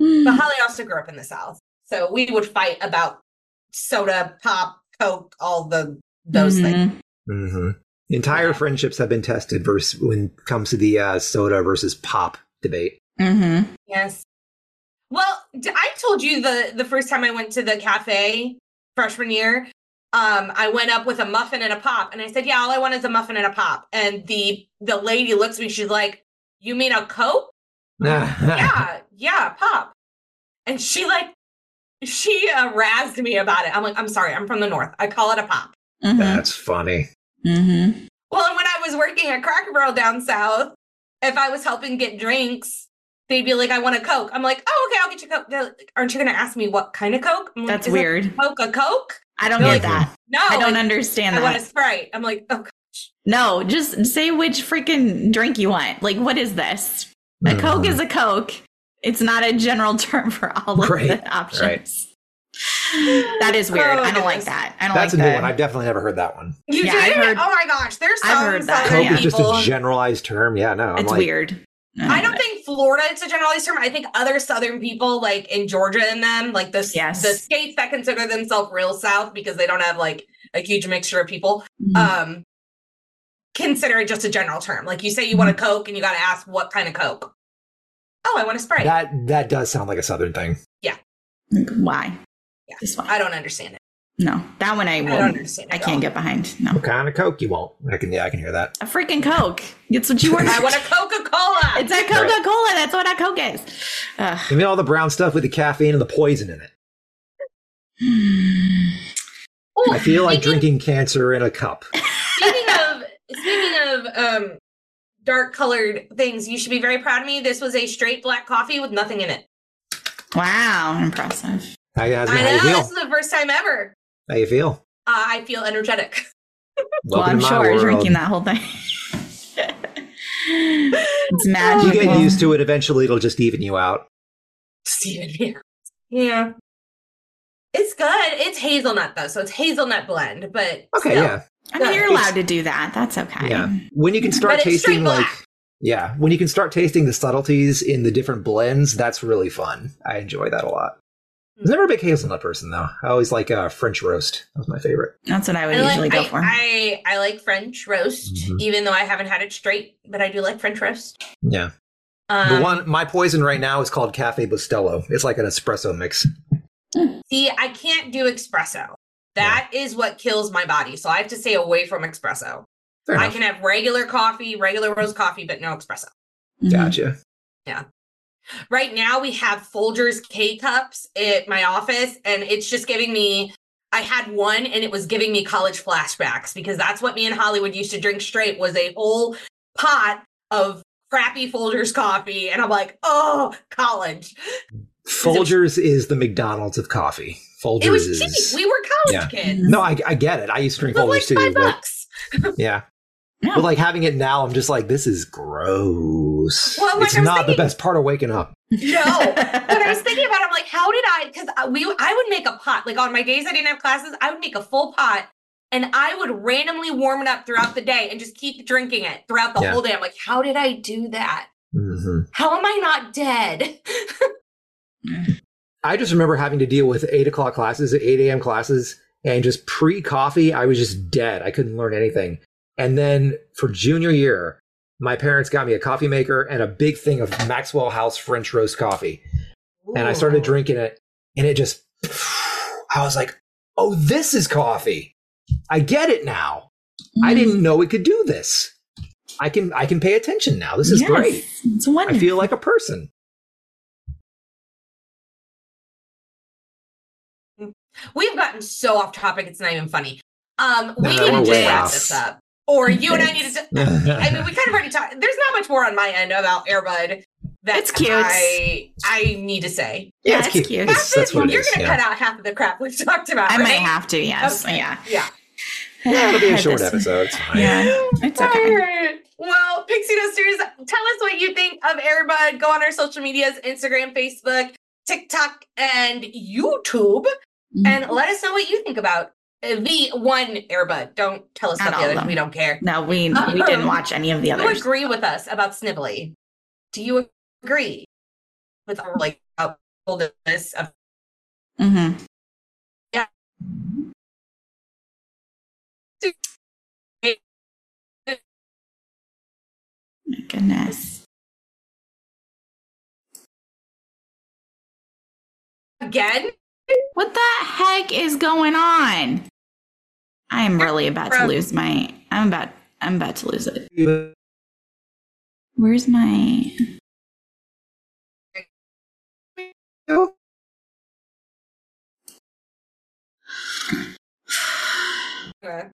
Speaker 1: Mm.
Speaker 2: But Holly also grew up in the South. So we would fight about soda, pop, Coke, all the those things.
Speaker 1: Mhm.
Speaker 3: hmm Entire friendships have been tested versus when it comes to the uh, soda versus pop debate.
Speaker 1: Mhm.
Speaker 2: Yes. Well, d- I told you the the first time I went to the cafe freshman year, um, I went up with a muffin and a pop, and I said, "Yeah, all I want is a muffin and a pop." And the the lady looks at me, she's like, "You mean a coke?" yeah, yeah, pop. And she like she uh, razzed me about it. I'm like, "I'm sorry, I'm from the north. I call it a pop."
Speaker 1: Mhm.
Speaker 3: That's funny.
Speaker 1: Mhm.
Speaker 2: Well, and when I was working at Cracker Barrel down south, if I was helping get drinks, they'd be like, "I want a Coke." I'm like, "Oh, okay, I'll get you Coke." They're like, Aren't you going to ask me what kind of Coke? I'm like,
Speaker 1: That's
Speaker 2: "Is a
Speaker 1: weird.
Speaker 2: Coke a Coke?
Speaker 1: I don't
Speaker 3: No,
Speaker 1: get
Speaker 3: I-
Speaker 1: that.
Speaker 2: No,
Speaker 1: I don't
Speaker 2: like,
Speaker 1: understand
Speaker 2: I want a
Speaker 1: that.
Speaker 2: Sprite. I'm like, "Oh,
Speaker 1: No, just say which freaking drink you want. Like, what is this?
Speaker 3: Uh-huh.
Speaker 1: A
Speaker 3: Mm-hmm.
Speaker 1: Coke is a Coke. It's not a general [LAUGHS] term for all of
Speaker 3: Right,
Speaker 1: the options. That is weird.
Speaker 2: Oh,
Speaker 1: I don't like
Speaker 2: goodness.
Speaker 1: that. I don't
Speaker 3: That's a
Speaker 1: like
Speaker 3: new
Speaker 1: that.
Speaker 3: one. I've definitely never heard that one.
Speaker 2: [LAUGHS] you
Speaker 1: Yeah, I've
Speaker 2: did?
Speaker 1: heard-
Speaker 2: oh my gosh, there's
Speaker 1: I've
Speaker 2: some
Speaker 1: heard that.
Speaker 2: Southern
Speaker 3: Coke is just
Speaker 2: people-
Speaker 3: a generalized term. Yeah, no, I'm
Speaker 1: it's
Speaker 3: like,
Speaker 1: weird.
Speaker 2: I don't think Florida it's a generalized term. I think other Southern people, like in Georgia and them, like the
Speaker 1: Yes.
Speaker 2: the states that consider themselves real South because they don't have like a huge mixture of people,
Speaker 1: Mhm.
Speaker 3: Mm-hmm.
Speaker 2: um consider it just a general term. Like you say you want
Speaker 3: Mm-hmm.
Speaker 2: a Coke and you gotta ask what kind of Coke. Oh, I want a Sprite.
Speaker 3: That that does sound like a southern thing.
Speaker 1: Like, why?
Speaker 2: Yeah.
Speaker 1: This one.
Speaker 2: I don't understand it.
Speaker 1: no, that one I
Speaker 2: I don't
Speaker 1: won't.
Speaker 2: understand it.
Speaker 1: I
Speaker 2: at
Speaker 1: can't
Speaker 2: all.
Speaker 1: get behind. No,
Speaker 3: What kind of Coke you want? I can yeah, I can hear that.
Speaker 1: a freaking Coke. It's what you [LAUGHS] were.
Speaker 2: I [LAUGHS]
Speaker 3: [LAUGHS]
Speaker 2: want a Coca-Cola.
Speaker 1: It's a Coca Cola. That's what a Coke is. Ugh.
Speaker 3: You mean all the brown stuff with the caffeine and the poison in it.
Speaker 2: Oh,
Speaker 3: I
Speaker 1: [LAUGHS]
Speaker 3: feel like
Speaker 2: speaking-
Speaker 3: drinking cancer in a cup.
Speaker 2: Speaking of speaking of um dark colored things, you should be very proud of me. This was a straight black coffee with nothing in it.
Speaker 1: Wow, impressive.
Speaker 3: How, you- how's-
Speaker 2: I
Speaker 3: how you
Speaker 2: know this
Speaker 3: feel?
Speaker 2: is the first time ever.
Speaker 3: How you feel?
Speaker 2: Uh, I feel energetic. [LAUGHS]
Speaker 1: Well,
Speaker 3: Welcome
Speaker 1: I'm
Speaker 3: to my
Speaker 1: sure
Speaker 3: world.
Speaker 1: drinking that whole thing. [LAUGHS] it's
Speaker 3: You
Speaker 1: magical.
Speaker 3: get used to it. Eventually, it'll just even you out.
Speaker 2: Steven here. Yeah. It's good. It's hazelnut though, so it's hazelnut blend, but
Speaker 3: Okay,
Speaker 2: still.
Speaker 3: yeah,
Speaker 1: I mean, you're
Speaker 3: It's-
Speaker 1: allowed to do that. That's okay.
Speaker 3: yeah. When you can start
Speaker 2: But it's straight
Speaker 3: tasting like,
Speaker 2: black.
Speaker 3: yeah, when you can start tasting the subtleties in the different blends, that's really fun. I enjoy that a lot. I was never a big hazelnut person though. I always like uh, French roast. That was my favorite.
Speaker 1: That's what I would
Speaker 2: I
Speaker 1: usually
Speaker 2: like,
Speaker 1: go for.
Speaker 2: I, I, I like French roast,
Speaker 3: Mhm.
Speaker 2: even though I haven't had it straight, but I do like French roast.
Speaker 3: Yeah,
Speaker 2: Um,
Speaker 3: the one my poison right now is called Cafe Bustelo. It's like an espresso mix.
Speaker 2: See, I can't do espresso. That is what kills my body. So I have to stay away from espresso.
Speaker 3: Fair
Speaker 2: I
Speaker 3: enough.
Speaker 2: can have regular coffee, regular roast coffee, but no espresso.
Speaker 1: Mhm.
Speaker 3: [LAUGHS] Gotcha.
Speaker 2: Right now we have Folgers K cups at my office, and it's just giving me. I had one, and it was giving me college flashbacks because that's what me and Hollywood used to drink straight was a whole pot of crappy Folgers coffee, and I'm like, oh, college.
Speaker 3: Folgers is the McDonald's of coffee. Folgers
Speaker 2: It was
Speaker 3: is.
Speaker 2: cheap. We were college
Speaker 3: Yeah.
Speaker 2: kids.
Speaker 3: no, I, I get it. I used to drink
Speaker 2: It was like
Speaker 3: Folgers
Speaker 2: five
Speaker 3: too, but
Speaker 2: bucks.
Speaker 3: yeah.
Speaker 1: Yeah.
Speaker 3: But like having it now, I'm just like, this is gross.
Speaker 2: Well, like
Speaker 3: it's
Speaker 2: I was
Speaker 3: not the
Speaker 2: thinking-
Speaker 3: best part of waking up.
Speaker 2: No.
Speaker 1: [LAUGHS]
Speaker 2: But I was thinking about, it, I'm like, how did I? Because we, I would make a pot. Like on my days I didn't have classes, I would make a full pot, and I would randomly warm it up throughout the day and just keep drinking it throughout the
Speaker 3: Yeah.
Speaker 2: whole day. I'm like, how did I do that?
Speaker 3: Mm-hmm.
Speaker 2: How am I not dead? [LAUGHS]
Speaker 3: I just remember having to deal with eight o'clock classes, eight a.m. classes, and just pre-coffee, I was just dead. I couldn't learn anything. And then for junior year, my parents got me a coffee maker and a big thing of Maxwell House French roast coffee, and I started
Speaker 2: Ooh.
Speaker 3: drinking it, and it just, I was like, oh, this is coffee. I get it now.
Speaker 1: Mm-hmm.
Speaker 2: Mm.
Speaker 3: I didn't know it could do this. I can I can pay attention now. This is
Speaker 1: Yes,
Speaker 3: great.
Speaker 1: It's wonderful.
Speaker 3: I feel like a person.
Speaker 2: We've gotten so off topic, it's not even funny. Um,
Speaker 3: No,
Speaker 2: we need
Speaker 3: no, we're
Speaker 2: to
Speaker 3: way
Speaker 2: just wrap
Speaker 3: off.
Speaker 2: this up, or you and I need to. [LAUGHS] I mean, we kind of already talked. There's not much more on my end about Airbud that
Speaker 1: It's cute.
Speaker 2: I I need to say.
Speaker 1: Yeah, it's cute.
Speaker 3: That's, that's what it
Speaker 2: you're
Speaker 3: is,
Speaker 2: gonna
Speaker 3: yeah.
Speaker 2: cut out half of the crap we've [LAUGHS] talked about.
Speaker 1: I might
Speaker 2: right?
Speaker 1: have to, yes.
Speaker 2: Okay.
Speaker 1: Yeah.
Speaker 2: Yeah.
Speaker 3: Yeah, it'll be a
Speaker 1: At
Speaker 3: short
Speaker 1: this-
Speaker 3: episode. It's fine.
Speaker 1: Yeah. [LAUGHS] It's okay.
Speaker 2: Alright. Well, Pixie Dusters, tell us what you think of Airbud. Go on our social medias Instagram, Facebook, TikTok, and YouTube,
Speaker 1: Mm-hmm.
Speaker 2: and let us know what you think about the one Airbud. Don't tell us
Speaker 1: Not
Speaker 2: about
Speaker 1: all
Speaker 2: the
Speaker 1: of
Speaker 2: others.
Speaker 1: them.
Speaker 2: We don't care.
Speaker 1: No, we we didn't watch any of the
Speaker 2: Do you
Speaker 1: others.
Speaker 2: agree with us about Snibbly? Do you agree with our like outholdness of
Speaker 1: hmm
Speaker 2: Mm-hmm.
Speaker 1: My goodness.
Speaker 2: again?
Speaker 1: What the heck is going on? I am really about to lose my. I'm about. I'm about to lose it. Where's my? Um,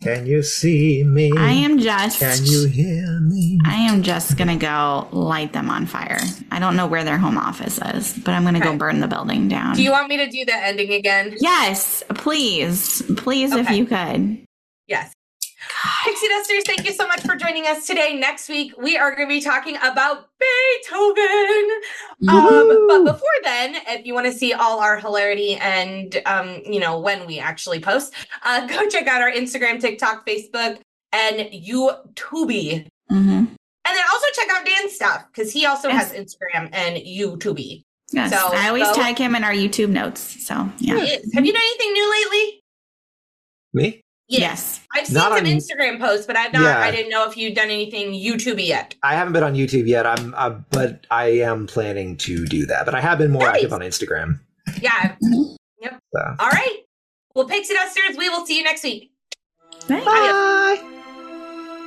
Speaker 3: Can you see me?
Speaker 1: I am just.
Speaker 3: Can you hear me?
Speaker 1: I am just gonna go light them on fire. I don't know where their home office is, but I'm gonna
Speaker 2: Okay.
Speaker 1: go burn the building down.
Speaker 2: Do you want me to do the ending again?
Speaker 1: yes, please, please, if
Speaker 2: Okay.
Speaker 1: you could.
Speaker 2: Yes. Pixie Dusters, thank you so much for joining us today. Next week, we are going to be talking about Beethoven. Um, but before then, if you want to see all our hilarity and, um, you know, when we actually post, uh,
Speaker 3: Mm-hmm.
Speaker 2: go check out our Instagram, TikTok, Facebook, and YouTube.
Speaker 1: hmm
Speaker 2: And then also check out Dan's stuff because he also
Speaker 1: Yes.
Speaker 2: has Instagram and YouTube.
Speaker 1: Yes,
Speaker 2: So,
Speaker 1: I always
Speaker 2: go-
Speaker 1: tag him in our YouTube notes. So yeah.
Speaker 2: He is. Have you done anything new lately?
Speaker 3: me?
Speaker 1: Yes.
Speaker 2: I've seen
Speaker 3: Not
Speaker 2: some
Speaker 3: on-
Speaker 2: Instagram posts, but I've not.
Speaker 3: Yeah.
Speaker 2: I didn't know if you'd done anything YouTube yet.
Speaker 3: I haven't been on YouTube yet. I'm, uh, but I am planning to do that. But I have been more
Speaker 2: Nice.
Speaker 3: active on Instagram.
Speaker 2: Yeah.
Speaker 3: So.
Speaker 2: All right. Well, Pixie Dusters, we will see you next week.
Speaker 1: Thanks.
Speaker 3: Bye.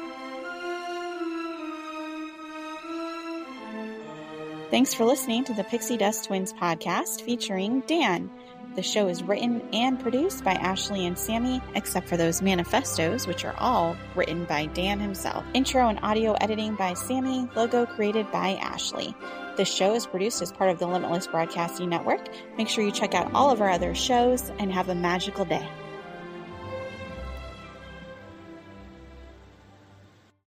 Speaker 4: Thanks for listening to the Pixie Dust Twins podcast featuring Dan. The show is written and produced by Ashley and Sammy, except for those manifestos, which are all written by Dan himself. Intro and audio editing by Sammy, logo created by Ashley. The show is produced as part of the Limitless Broadcasting Network. Make sure you check out all of our other shows and have a magical day.